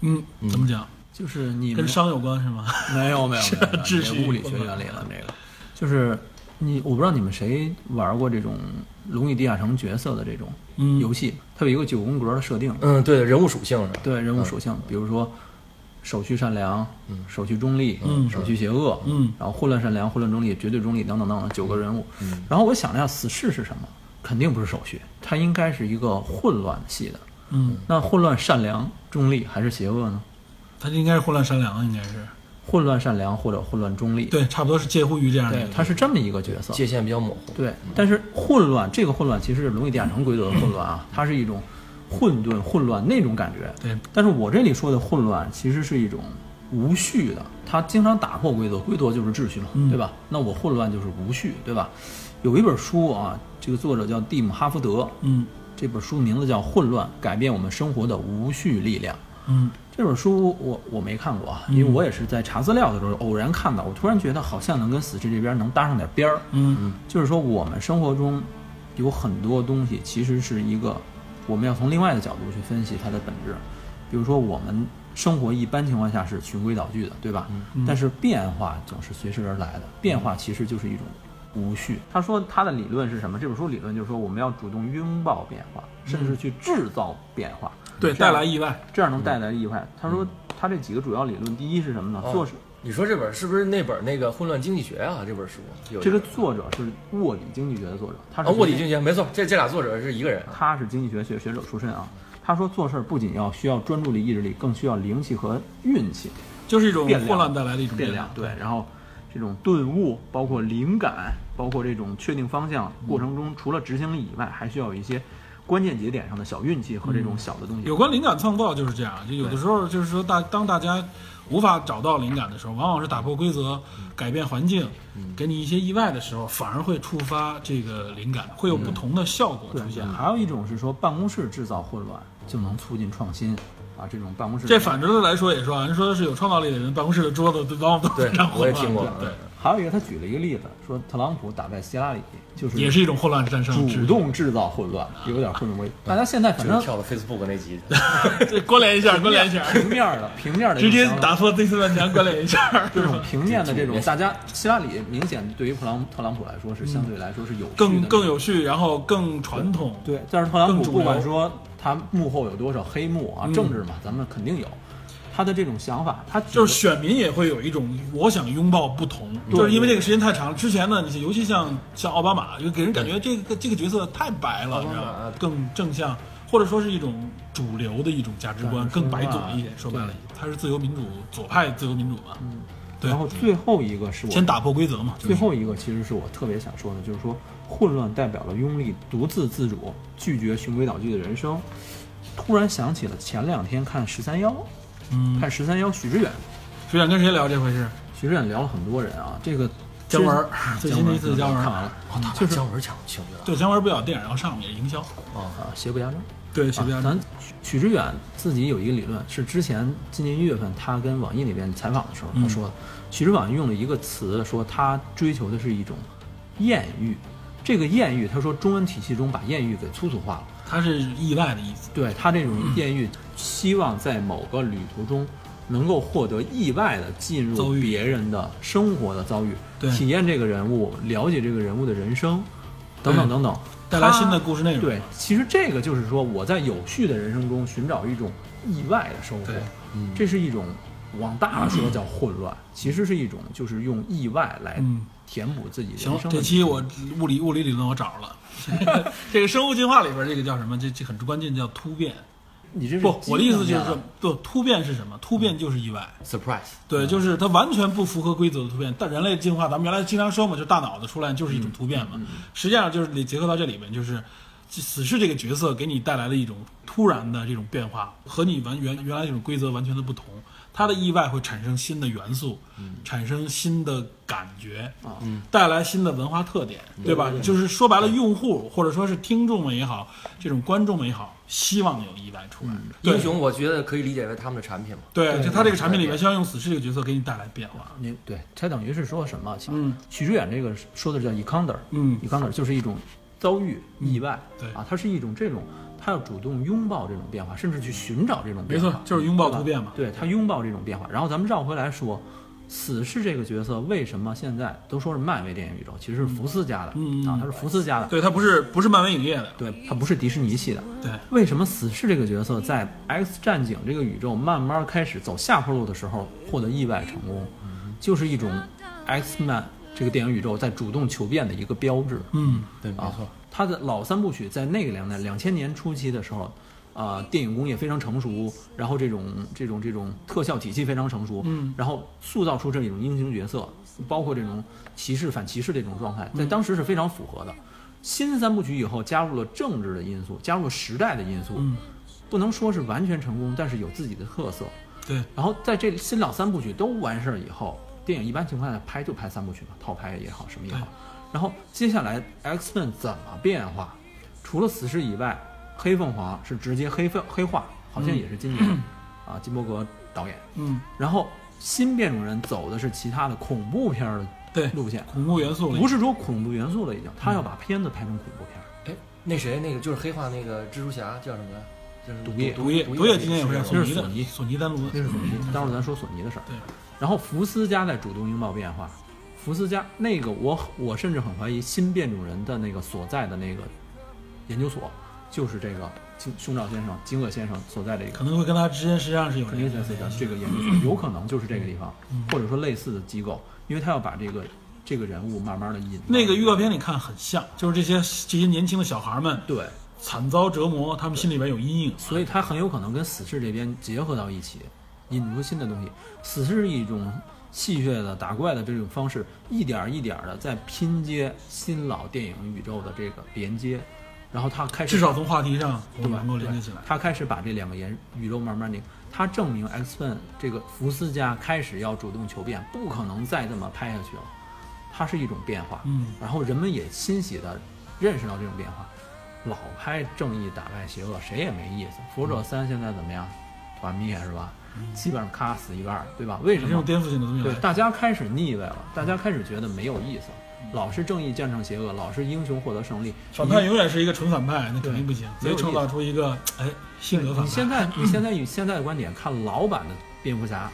Speaker 4: 嗯，怎么讲？
Speaker 5: 就是你们
Speaker 4: 跟商有关是吗？ *laughs*
Speaker 5: 没有没有没有没有，
Speaker 4: 秩序
Speaker 5: 物理学原理了这个，就是你我不知道你们谁玩过这种《龙与地下城》角色的这种
Speaker 4: 嗯
Speaker 5: 游戏，它有一个九宫格的设定，
Speaker 3: 嗯，对，人物属性是吧？
Speaker 5: 对人物属性，比如说手续善良，手续中立，
Speaker 4: 嗯
Speaker 5: 手续邪恶，
Speaker 4: 嗯
Speaker 5: 然后混乱善良、混乱中立、绝对中立等等等等九个人物。然后我想了一下，死侍是什么？肯定不是手续，它应该是一个混乱系的。
Speaker 4: 嗯，
Speaker 5: 那混乱、善良、中立还是邪恶呢？
Speaker 4: 它应该是混乱善良，应该是
Speaker 5: 混乱善良或者混乱中立，
Speaker 4: 对，差不多是介乎于这样的一
Speaker 5: 对
Speaker 4: 个。，
Speaker 5: 它是这么一个角色。
Speaker 3: 界限比较模糊。
Speaker 5: 对，但是混乱这个混乱其实是《龙与地下城》规则的混乱啊，它是一种混沌、混乱那种感觉。
Speaker 4: 对，
Speaker 5: 但是我这里说的混乱其实是一种无序的，它经常打破规则，规则就是秩序嘛，对吧？那我混乱就是无序，对吧？有一本书啊，这个作者叫蒂姆·哈福德，
Speaker 4: 嗯
Speaker 5: 这本书名字叫《混乱：改变我们生活的无序力量》。
Speaker 4: 嗯
Speaker 5: 这本书我我没看过啊，因为我也是在查资料的时候偶然看到，我突然觉得好像能跟死侍这边能搭上点边儿。
Speaker 4: 嗯
Speaker 5: 就是说我们生活中有很多东西其实是一个，我们要从另外的角度去分析它的本质。比如说我们生活一般情况下是循规蹈矩的，对吧？
Speaker 4: 嗯
Speaker 5: 但是变化总是随之而来的，变化其实就是一种无序。他说他的理论是什么？这本书理论就是说我们要主动拥抱变化，甚至去制造变化。
Speaker 4: 嗯对，
Speaker 5: 这样
Speaker 4: 带来嗯意外。
Speaker 5: 这样能带来意外。他说他这几个主要理论，第一是什么呢？
Speaker 3: 哦
Speaker 5: 做事
Speaker 3: 你说这本是不是那本那个《混乱经济学》啊？这本书有
Speaker 5: 这个作者是沃里经济学的作者，他
Speaker 3: 啊，
Speaker 4: 哦
Speaker 5: 是
Speaker 3: 《卧底经济学》没错，这这俩作者是一个人。啊
Speaker 5: 他是经济学学学者出身啊。他说做事儿不仅要需要专注力、意志力，更需要灵气和运气。
Speaker 4: 就是一种
Speaker 5: 变量
Speaker 4: 混乱带来的一种
Speaker 5: 变量
Speaker 4: 量。
Speaker 5: 对，然后这种顿悟，包括灵感，包括这种确定方向过程中，除了执行力以外，还需要有一些关键节点上的小运气和这种小的东西。
Speaker 4: 嗯有关灵感创造就是这样，就有的时候就是说大当大家无法找到灵感的时候，往往是打破规则、
Speaker 5: 嗯
Speaker 4: 改变环境，给你一些意外的时候，反而会触发这个灵感，会有不同的效果
Speaker 5: 嗯对
Speaker 4: 出，现。啊
Speaker 5: 还有一种是说办公室制造混乱，就能促进创新啊。这种办公室
Speaker 4: 这反着的来说也说啊，人说是有创造力的人，办公室的桌子都往往都
Speaker 3: 对
Speaker 4: *laughs* 非常，
Speaker 3: 我
Speaker 4: 混
Speaker 3: 也
Speaker 4: 乱。
Speaker 3: 听过。啊嗯
Speaker 4: 对，
Speaker 5: 还有一个，他举了一个例子，说特朗普打败希拉里，就是
Speaker 4: 对也是一种啊混乱战胜。
Speaker 5: 主动制造混乱，有点混乱。大家现在反
Speaker 3: 就是
Speaker 5: 正
Speaker 3: 跳到 Facebook
Speaker 4: *laughs*
Speaker 3: 那集，
Speaker 4: *laughs* 对关联一下，关
Speaker 5: *laughs*
Speaker 4: 联一下，
Speaker 5: 平面儿的平面儿的
Speaker 4: 直接
Speaker 5: 这种
Speaker 4: 打破第四面墙，关联一
Speaker 5: *laughs*
Speaker 4: 下，
Speaker 5: 这种平面的这种，大家希拉里明显对于特朗特朗普来说是相对来说是有趣的
Speaker 4: 更更有序，然后更传统。
Speaker 5: 对，但是特朗
Speaker 4: 更嗯
Speaker 5: 普
Speaker 4: 主
Speaker 5: 不管
Speaker 4: 流
Speaker 5: 说他幕后有多少黑幕啊，政治嘛，咱们肯定有他的这种想法，他觉
Speaker 4: 就
Speaker 5: 得
Speaker 4: 是选民也会有一种我想拥抱不同，
Speaker 5: 对
Speaker 4: 就是因为这个时间太长了。之前呢，你尤其像像奥巴马，就给人感觉这个这个角色太白了，你知道
Speaker 5: 啊
Speaker 4: 吗？更正向，或者说是一种主流的一种价值观，
Speaker 5: 价值观
Speaker 4: 更白左一点。说白了，他是自由民主左派自由民主嘛，对
Speaker 5: 然后最后一个是我
Speaker 4: 先打破规则嘛。
Speaker 5: 嗯最后一个其实是我特别想说的，就是说混乱代表了拥立独自自主、拒绝循规蹈矩的人生。突然想起了前两天看十三幺，
Speaker 4: 嗯，
Speaker 5: 看十三幺许知远，
Speaker 4: 学长跟谁聊这回事？
Speaker 5: 许知远聊了很多人啊，这个
Speaker 4: 姜文儿
Speaker 5: 其
Speaker 4: 最
Speaker 5: 实啊
Speaker 4: 新的一次姜文儿
Speaker 5: 看完了，
Speaker 3: 哦，他把姜文抢去了。
Speaker 4: 对，姜文不搞电影要上也营销，
Speaker 5: 啊，邪不压正。啊
Speaker 4: 对，学长、
Speaker 5: 咱许许知远自己有一个理论，是之前今年一月份他跟网易那边采访的时候，
Speaker 4: 嗯
Speaker 5: 他说的，许知远用了一个词，说他追求的是一种艳遇。这个艳遇，他说中文体系中把艳遇给粗俗化了，
Speaker 4: 他是意外的意思。
Speaker 5: 对他这种艳遇，希望在某个旅途中能够获得意外的进入
Speaker 4: 遭遇
Speaker 5: 别人的生活的遭遇，
Speaker 4: 对
Speaker 5: 体验这个人物，了解这个人物的人生，等等
Speaker 4: 对
Speaker 5: 等等，
Speaker 4: 带来新的
Speaker 5: 他
Speaker 4: 故事内容。
Speaker 5: 对，其实这个就是说，我在有序的人生中寻找一种意外的收获
Speaker 4: 对，嗯
Speaker 5: 这是一种往大了说叫混乱，其实是一种就是用意外来
Speaker 4: 嗯
Speaker 5: 填补自己人
Speaker 4: 行
Speaker 5: 生，的。
Speaker 4: 这期我物理物理理论我找着了， *laughs* 这个生物进化里边这个叫什么？这这很关键，叫突变。
Speaker 5: 你这是
Speaker 4: 不，我的意思
Speaker 5: 基
Speaker 4: 就
Speaker 5: 本
Speaker 4: 是
Speaker 5: 上
Speaker 4: 说，不突变是什么？突变就是意外。
Speaker 3: surprise，
Speaker 4: 对，就是它完全不符合规则的突变。但人类进化，咱们原来经常说嘛，就是大脑的出来就是一种突变嘛。实际上就是你结合到这里边，就是死侍这个角色给你带来了一种突然的这种变化，和你完原原来这种规则完全的不同。它的意外会产生新的元素，产生新的感觉，带来新的文化特点，啊嗯对吧？就是说白了，用户或者说是听众们也好，这种观众们也好，希望有意外出来。对
Speaker 3: 英雄我觉得可以理解为他们的产品嘛。
Speaker 4: 嗯对，就他这个产品里边，希望用死侍这个角色给你带来变化。
Speaker 5: 你对，它等于是说什么？啊
Speaker 4: 嗯，
Speaker 5: 许知远这个说的叫 encounter，
Speaker 4: 嗯
Speaker 5: ，encounter 就是一种遭遇、意外，
Speaker 4: 对
Speaker 5: 啊，它是一种这种，他要主动拥抱这种变化，甚至去寻找这种
Speaker 4: 没
Speaker 5: 变化，
Speaker 4: 错，就是拥抱
Speaker 5: 对吧
Speaker 4: 突变嘛。
Speaker 5: 对他拥抱这种变化。然后咱们绕回来说，死侍这个角色为什么现在都说是漫威电影宇宙，其实是福斯家的、
Speaker 4: 嗯嗯
Speaker 5: 啊，他是福斯家的，
Speaker 4: 对，它不是不是漫威影业的，
Speaker 5: 对，他不是迪士尼系的。
Speaker 4: 对，
Speaker 5: 为什么死侍这个角色在 X 战警这个宇宙慢慢开始走下坡路的时候获得意外成功，就是一种 X Man 这个电影宇宙在主动求变的一个标志。
Speaker 4: 嗯，
Speaker 5: 对，
Speaker 3: 啊
Speaker 5: 没错。他的老三部曲在那个年代，两千年初期的时候，啊、电影工业非常成熟，然后这种这种这种特效体系非常成熟，
Speaker 4: 嗯
Speaker 5: 然后塑造出这种英雄角色，包括这种骑士反骑士这种状态，在
Speaker 4: 嗯
Speaker 5: 当时是非常符合的。新三部曲以后加入了政治的因素，加入了时代的因素，
Speaker 4: 嗯
Speaker 5: 不能说是完全成功，但是有自己的特色。
Speaker 4: 对，
Speaker 5: 然后在这新老三部曲都完事儿以后，电影一般情况下拍就拍三部曲嘛，套拍也好，什么也好
Speaker 4: 对。
Speaker 5: 然后接下来 X Men 怎么变化？除了死侍以外，黑凤凰是直接黑凤黑化，好像也是今
Speaker 4: *clears throat*
Speaker 5: 年、啊金伯格导演。
Speaker 4: 嗯，
Speaker 5: 然后新变种人走的是其他的恐怖片儿
Speaker 4: 对
Speaker 5: 的，路线，
Speaker 4: 恐怖元素里
Speaker 5: 不是说恐怖元素了已经，他要把片子拍成恐怖片儿。
Speaker 3: 哎，那谁那个就是黑化那个蜘蛛侠叫什么来？就是
Speaker 5: 毒液
Speaker 4: 毒液，毒液今天也会上索尼的，索尼单独
Speaker 5: 那
Speaker 4: 的，
Speaker 5: 是索尼，待会儿咱说索尼的事儿。
Speaker 4: 对，
Speaker 5: 然后福斯家在主动拥抱变化，福斯家那个我我甚至很怀疑新变种人的那个所在的那个研究所，就是这个金胸罩先生、金鳄先生所在的一个
Speaker 4: 可能会跟它之间实际上是有
Speaker 5: 肯
Speaker 4: 联
Speaker 5: 定
Speaker 4: 系
Speaker 5: 在这个
Speaker 4: 的。
Speaker 5: 这个研究所，有可能就是这个地方，
Speaker 4: 嗯
Speaker 5: 或者说类似的机构，因为他要把这个这个人物慢慢的引到
Speaker 4: 那个预告片你看很像，就是这些这些年轻的小孩们
Speaker 5: 对，
Speaker 4: 惨遭折磨，他们心里边有阴影。
Speaker 5: 所以它很有可能跟死侍这边结合到一起，引出新的东西。死侍是一种戏谑的打怪的这种方式，一点儿一点的在拼接新老电影宇宙的这个连接，然后它开始
Speaker 4: 至少从话题上我
Speaker 5: 对
Speaker 4: 们
Speaker 5: 吧
Speaker 4: 能够连接起来。
Speaker 5: 他开始把这两个研宇宙慢慢拧，他证明 X Men 这个福斯家开始要主动求变，不可能再这么拍下去了。它是一种变化，
Speaker 4: 嗯，
Speaker 5: 然后人们也欣喜的认识到这种变化。老拍正义打败邪恶，谁也没意思。复仇者三现在怎么样？团灭是吧？
Speaker 4: 嗯
Speaker 5: 基本上咔死一半儿，对吧？为什
Speaker 4: 这
Speaker 5: 么？
Speaker 4: 种颠覆性的东西
Speaker 5: 对，
Speaker 4: 来，
Speaker 5: 大家开始腻歪了，大家开始觉得没有意思了。老是正义战胜邪恶，老是英雄获得胜利，
Speaker 4: 反
Speaker 5: 已
Speaker 4: 派
Speaker 5: 经
Speaker 4: 永远是一个纯反派，那肯定不行，所以
Speaker 5: 没有
Speaker 4: 创
Speaker 5: 意思
Speaker 4: 造出一个哎性格反
Speaker 5: 你现
Speaker 4: 派。
Speaker 5: 在你现在以现在的观点看老版的蝙蝠侠，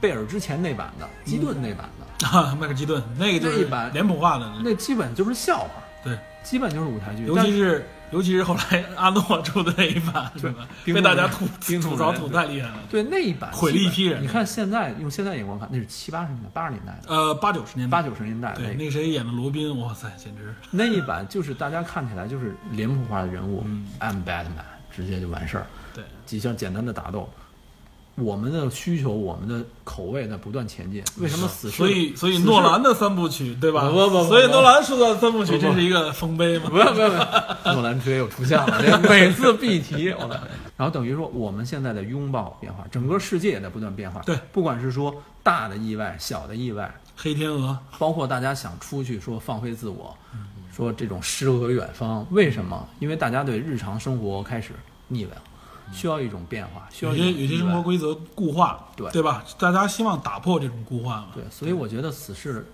Speaker 5: 贝尔之前那版的
Speaker 4: 嗯
Speaker 5: 基顿那版的，
Speaker 4: 啊，麦克基顿那个就
Speaker 5: 那
Speaker 4: 是
Speaker 5: 一版
Speaker 4: 脸谱化的，
Speaker 5: 那基本就是笑话，
Speaker 4: 对，
Speaker 5: 基本就是舞台剧。
Speaker 4: 尤
Speaker 5: 嗯但
Speaker 4: 其是尤其是后来阿诺 *laughs* 出的那一版，是吧？
Speaker 5: 冰
Speaker 4: 被
Speaker 5: 冻
Speaker 4: 大家
Speaker 5: 人
Speaker 4: 吐
Speaker 5: 冰冻
Speaker 4: 吐槽
Speaker 5: 人
Speaker 4: 吐太厉害了。
Speaker 5: 对那一版
Speaker 4: 毁了一批
Speaker 5: 基本
Speaker 4: 人
Speaker 5: 你看现在用现在眼光看，那是七八十年代、八十年代的，
Speaker 4: 呃，八九十年代，
Speaker 5: 八九十年代的
Speaker 4: 对
Speaker 5: 那
Speaker 4: 那
Speaker 5: 个
Speaker 4: 个谁演的罗宾，哇塞，简直
Speaker 5: 那一版，就是大家看起来就是脸谱化的人物，I'm
Speaker 4: 嗯
Speaker 5: Batman，直接就完事儿。
Speaker 4: 对
Speaker 5: 几下简单的打斗，我们的需求，我们的口味在不断前进。为什么死侍？
Speaker 4: 所以所以
Speaker 5: 死侍
Speaker 4: 诺兰的三部曲，对吧？
Speaker 5: 不不不不
Speaker 4: 所以诺兰塑造的三部曲，
Speaker 5: 不不
Speaker 4: 这是一个丰碑嘛
Speaker 5: *laughs* 不？要不要不要，诺兰直接又出现
Speaker 4: *laughs*
Speaker 5: 了，这每次必提我的。然后等于说，我们现在的拥抱变化，整个世界也在不断变化。
Speaker 4: 对，
Speaker 5: 不管是说大的意外、小的意外，
Speaker 4: 黑天鹅，
Speaker 5: 包括大家想出去说放飞自我，说这种诗和远方，为什么？因为大家对日常生活开始腻歪了，需要一种变化，需要
Speaker 4: 有
Speaker 5: 一种
Speaker 4: 些有些
Speaker 5: 意外
Speaker 4: 生活规则固化，
Speaker 5: 对
Speaker 4: 对吧？大家希望打破这种固化嘛？
Speaker 5: 对，所以我觉得死侍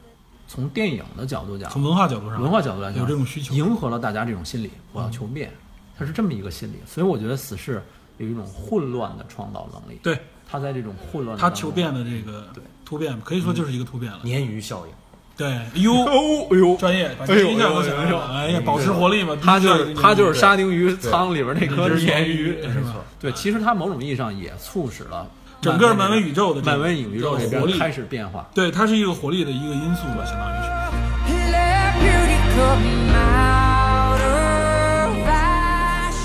Speaker 5: 从电影的角度讲，
Speaker 4: 从文化角度上，
Speaker 5: 文化角度来讲，
Speaker 4: 有这种需求，嗯
Speaker 5: 迎合了大家这种心理，我要求变，它是这么一个心理。所以我觉得死侍有一种混乱的创造能力。，
Speaker 4: 对
Speaker 5: 他在这种混乱的
Speaker 4: 他
Speaker 5: 当
Speaker 4: 求
Speaker 5: 中
Speaker 4: 变的这个突变，可以说就是一个突变了。
Speaker 3: 鲶鱼效应。
Speaker 4: 对，哎
Speaker 5: *laughs*
Speaker 4: 呦，哎呦，专业，把这一下我想
Speaker 5: 嗯哎
Speaker 4: 起
Speaker 5: 呦
Speaker 4: 来了，哎呀，保持活力嘛，
Speaker 5: 他就
Speaker 4: 必须要有这
Speaker 5: 是
Speaker 4: 种
Speaker 5: 他就
Speaker 4: 嗯
Speaker 5: 是
Speaker 4: 对
Speaker 5: 沙丁鱼舱里边那颗
Speaker 4: 对
Speaker 5: 鲶
Speaker 4: 对
Speaker 5: *laughs* 鱼，
Speaker 4: 是吧？
Speaker 5: 对，其实它某种意义上也促使了
Speaker 4: 整个漫威宇宙的这个
Speaker 5: 漫威影宇宙这
Speaker 4: 活
Speaker 5: 边
Speaker 4: 力
Speaker 5: 开始变化。
Speaker 4: 对，它是一个活力的一个因素吧，相当于是。
Speaker 2: Let beauty come out of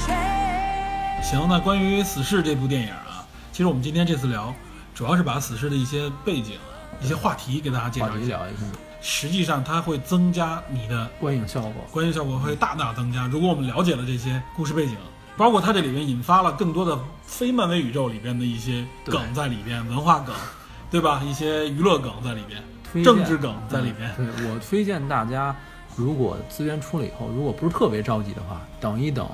Speaker 2: fashion.
Speaker 4: 行，那关于《死侍》这部电影啊，其实我们今天这次聊，主要是把《死侍》的一些背景、啊一些话题给大家介
Speaker 5: 话
Speaker 4: 绍
Speaker 5: 题
Speaker 4: 一下。
Speaker 5: 聊一下，
Speaker 4: 实际上，它会增加你的
Speaker 5: 观影效果。
Speaker 4: 观影效果会大大增加。如果我们了解了这些故事背景，包括它这里面引发了更多的非漫威宇宙里边的一些梗在里边，文化梗，对吧？一些娱乐梗在里
Speaker 5: 推
Speaker 4: 边，
Speaker 5: 荐嗯
Speaker 4: 政治梗在里边。
Speaker 5: 对我推荐大家，如果资源出了以后，如果不是特别着急的话，等一等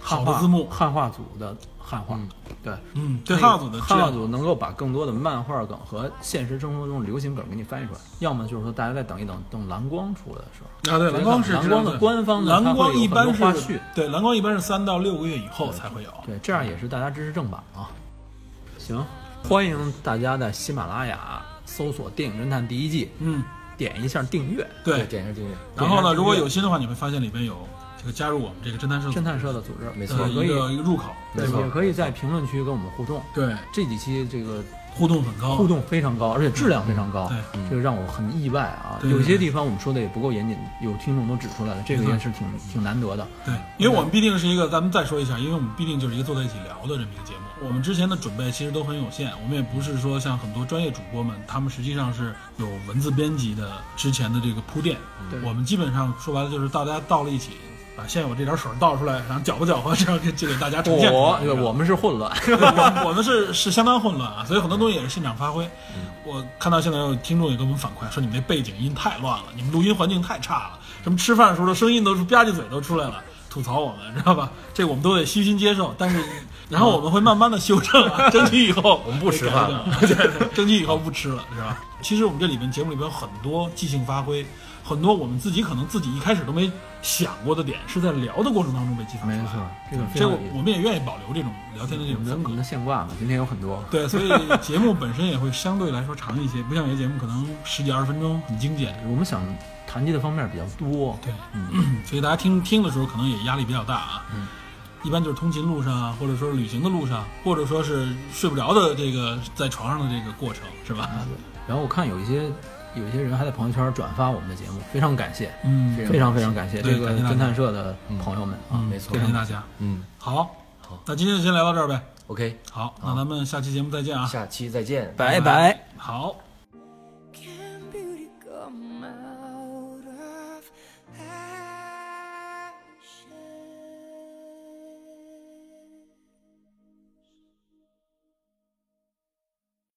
Speaker 5: 汉
Speaker 4: 好
Speaker 5: 化，
Speaker 4: 的字幕
Speaker 5: 汉化组的汉化。对，
Speaker 4: 嗯，对
Speaker 5: 那
Speaker 4: 汉化
Speaker 5: 个
Speaker 4: 组的质
Speaker 5: 汉化
Speaker 4: 量，
Speaker 5: 组能够把更多的漫画梗和现实生活中流行梗给你翻译出来，要么就是说大家再等一等，等蓝光出来的时候。
Speaker 4: 啊，对，蓝光是
Speaker 5: 蓝
Speaker 4: 知道
Speaker 5: 光的官方呢
Speaker 4: 蓝光一般
Speaker 5: 它会有很多
Speaker 4: 是
Speaker 5: 花絮
Speaker 4: 对，蓝光一般是三到六个月以后才会有。
Speaker 5: 对，这样也是大家支持正版啊。行，欢迎大家在喜马拉雅搜索《电影侦探》第一季，
Speaker 4: 嗯，
Speaker 5: 点一下订阅。
Speaker 4: 对。
Speaker 3: 点一下订阅。
Speaker 4: 然后
Speaker 5: 点
Speaker 4: 呢，
Speaker 5: 上
Speaker 4: 如果
Speaker 5: 订阅
Speaker 4: 有心的话，你会发现里边有这个加入我们这个侦探社
Speaker 5: 侦探社的组织，呃
Speaker 3: 没
Speaker 4: 的
Speaker 3: 错
Speaker 5: 也可
Speaker 4: 一个
Speaker 5: 以，
Speaker 4: 一个入口，
Speaker 5: 对，也可以在评论区跟我们互动。
Speaker 4: 对，
Speaker 5: 这几期这个
Speaker 4: 互动很高，
Speaker 5: 互动非常高，而且质量非常高
Speaker 4: 嗯
Speaker 5: 嗯
Speaker 4: 对，
Speaker 5: 这个让我很意外啊。
Speaker 4: 对对
Speaker 5: 有
Speaker 4: 对
Speaker 5: 些地方我们说的也不够严谨，有听众都指出来了，这个
Speaker 4: 没错
Speaker 5: 也是挺挺难得的。
Speaker 4: 对，因为我们必定是一个，咱们再说一下，因为我们必定就是一个坐在一起聊的这么一个节目。我们之前的准备其实都很有限，我们也不是说像很多专业主播们，他们实际上是有文字编辑的之前的这个铺垫。
Speaker 5: 对
Speaker 4: 我们基本上说白了就是大家倒了一起，把现有这点水倒出来，然后搅和搅和， *laughs* 这样给就给大家呈现出来。
Speaker 5: 我
Speaker 4: 是吧
Speaker 5: 我们是混乱， *laughs*
Speaker 4: 对我们 *laughs* 我们是是相当混乱啊，所以很多东西也是现场发挥。我看到现在有听众也给我们反馈说，你们那背景音太乱了，你们录音环境太差了，什么吃饭的时候的声音都是吧唧嘴都出来了，吐槽我们，知道吧？ *laughs* 这我们都得虚心接受，但是然后我们会慢慢的修正
Speaker 3: *laughs*
Speaker 4: 啊，争取以后我
Speaker 3: 们不吃饭了，
Speaker 4: 对 *laughs* 对，争取以后不吃了，是吧？其实我们这里面节目里边有很多即兴发挥，很多我们自己可能自己一开始都没想过的点，是在聊的过程当中被激发出来的。
Speaker 5: 这个非
Speaker 4: 这
Speaker 5: 常
Speaker 4: 个
Speaker 5: 有意思
Speaker 4: 我们也愿意保留这种聊天的这
Speaker 5: 我
Speaker 4: 种
Speaker 3: 嗯
Speaker 5: 们的
Speaker 4: 风
Speaker 5: 我
Speaker 4: 格
Speaker 5: 们。的现挂嘛，今天有很多。
Speaker 4: 对，所以节目本身也会相对来说长一些，不像有些节目可能十几二十分钟很精简。
Speaker 5: 我们想谈及的方面比较多，
Speaker 4: 对， *clears throat* 所以大家听听的时候可能也压力比较大啊。嗯，一般就是通勤路上啊，或者说是旅行的路上，或者说是睡不着的这个在床上的这个过程，是吧？
Speaker 5: 然后我看有一些有一些人还在朋友圈转发我们的节目，非常感谢，
Speaker 4: 嗯，
Speaker 5: 非常非常感谢
Speaker 4: 对
Speaker 5: 这个
Speaker 4: 感谢大家
Speaker 5: 侦探社的朋友们啊，
Speaker 4: 嗯
Speaker 5: 没错
Speaker 4: 感谢大家。
Speaker 3: 嗯
Speaker 4: 好，
Speaker 3: 好，
Speaker 4: 那今天就先聊到这儿呗。
Speaker 3: ，OK，
Speaker 4: 好，那咱们下期节目再见啊。
Speaker 3: 下期再见，
Speaker 5: 拜拜。
Speaker 4: 好。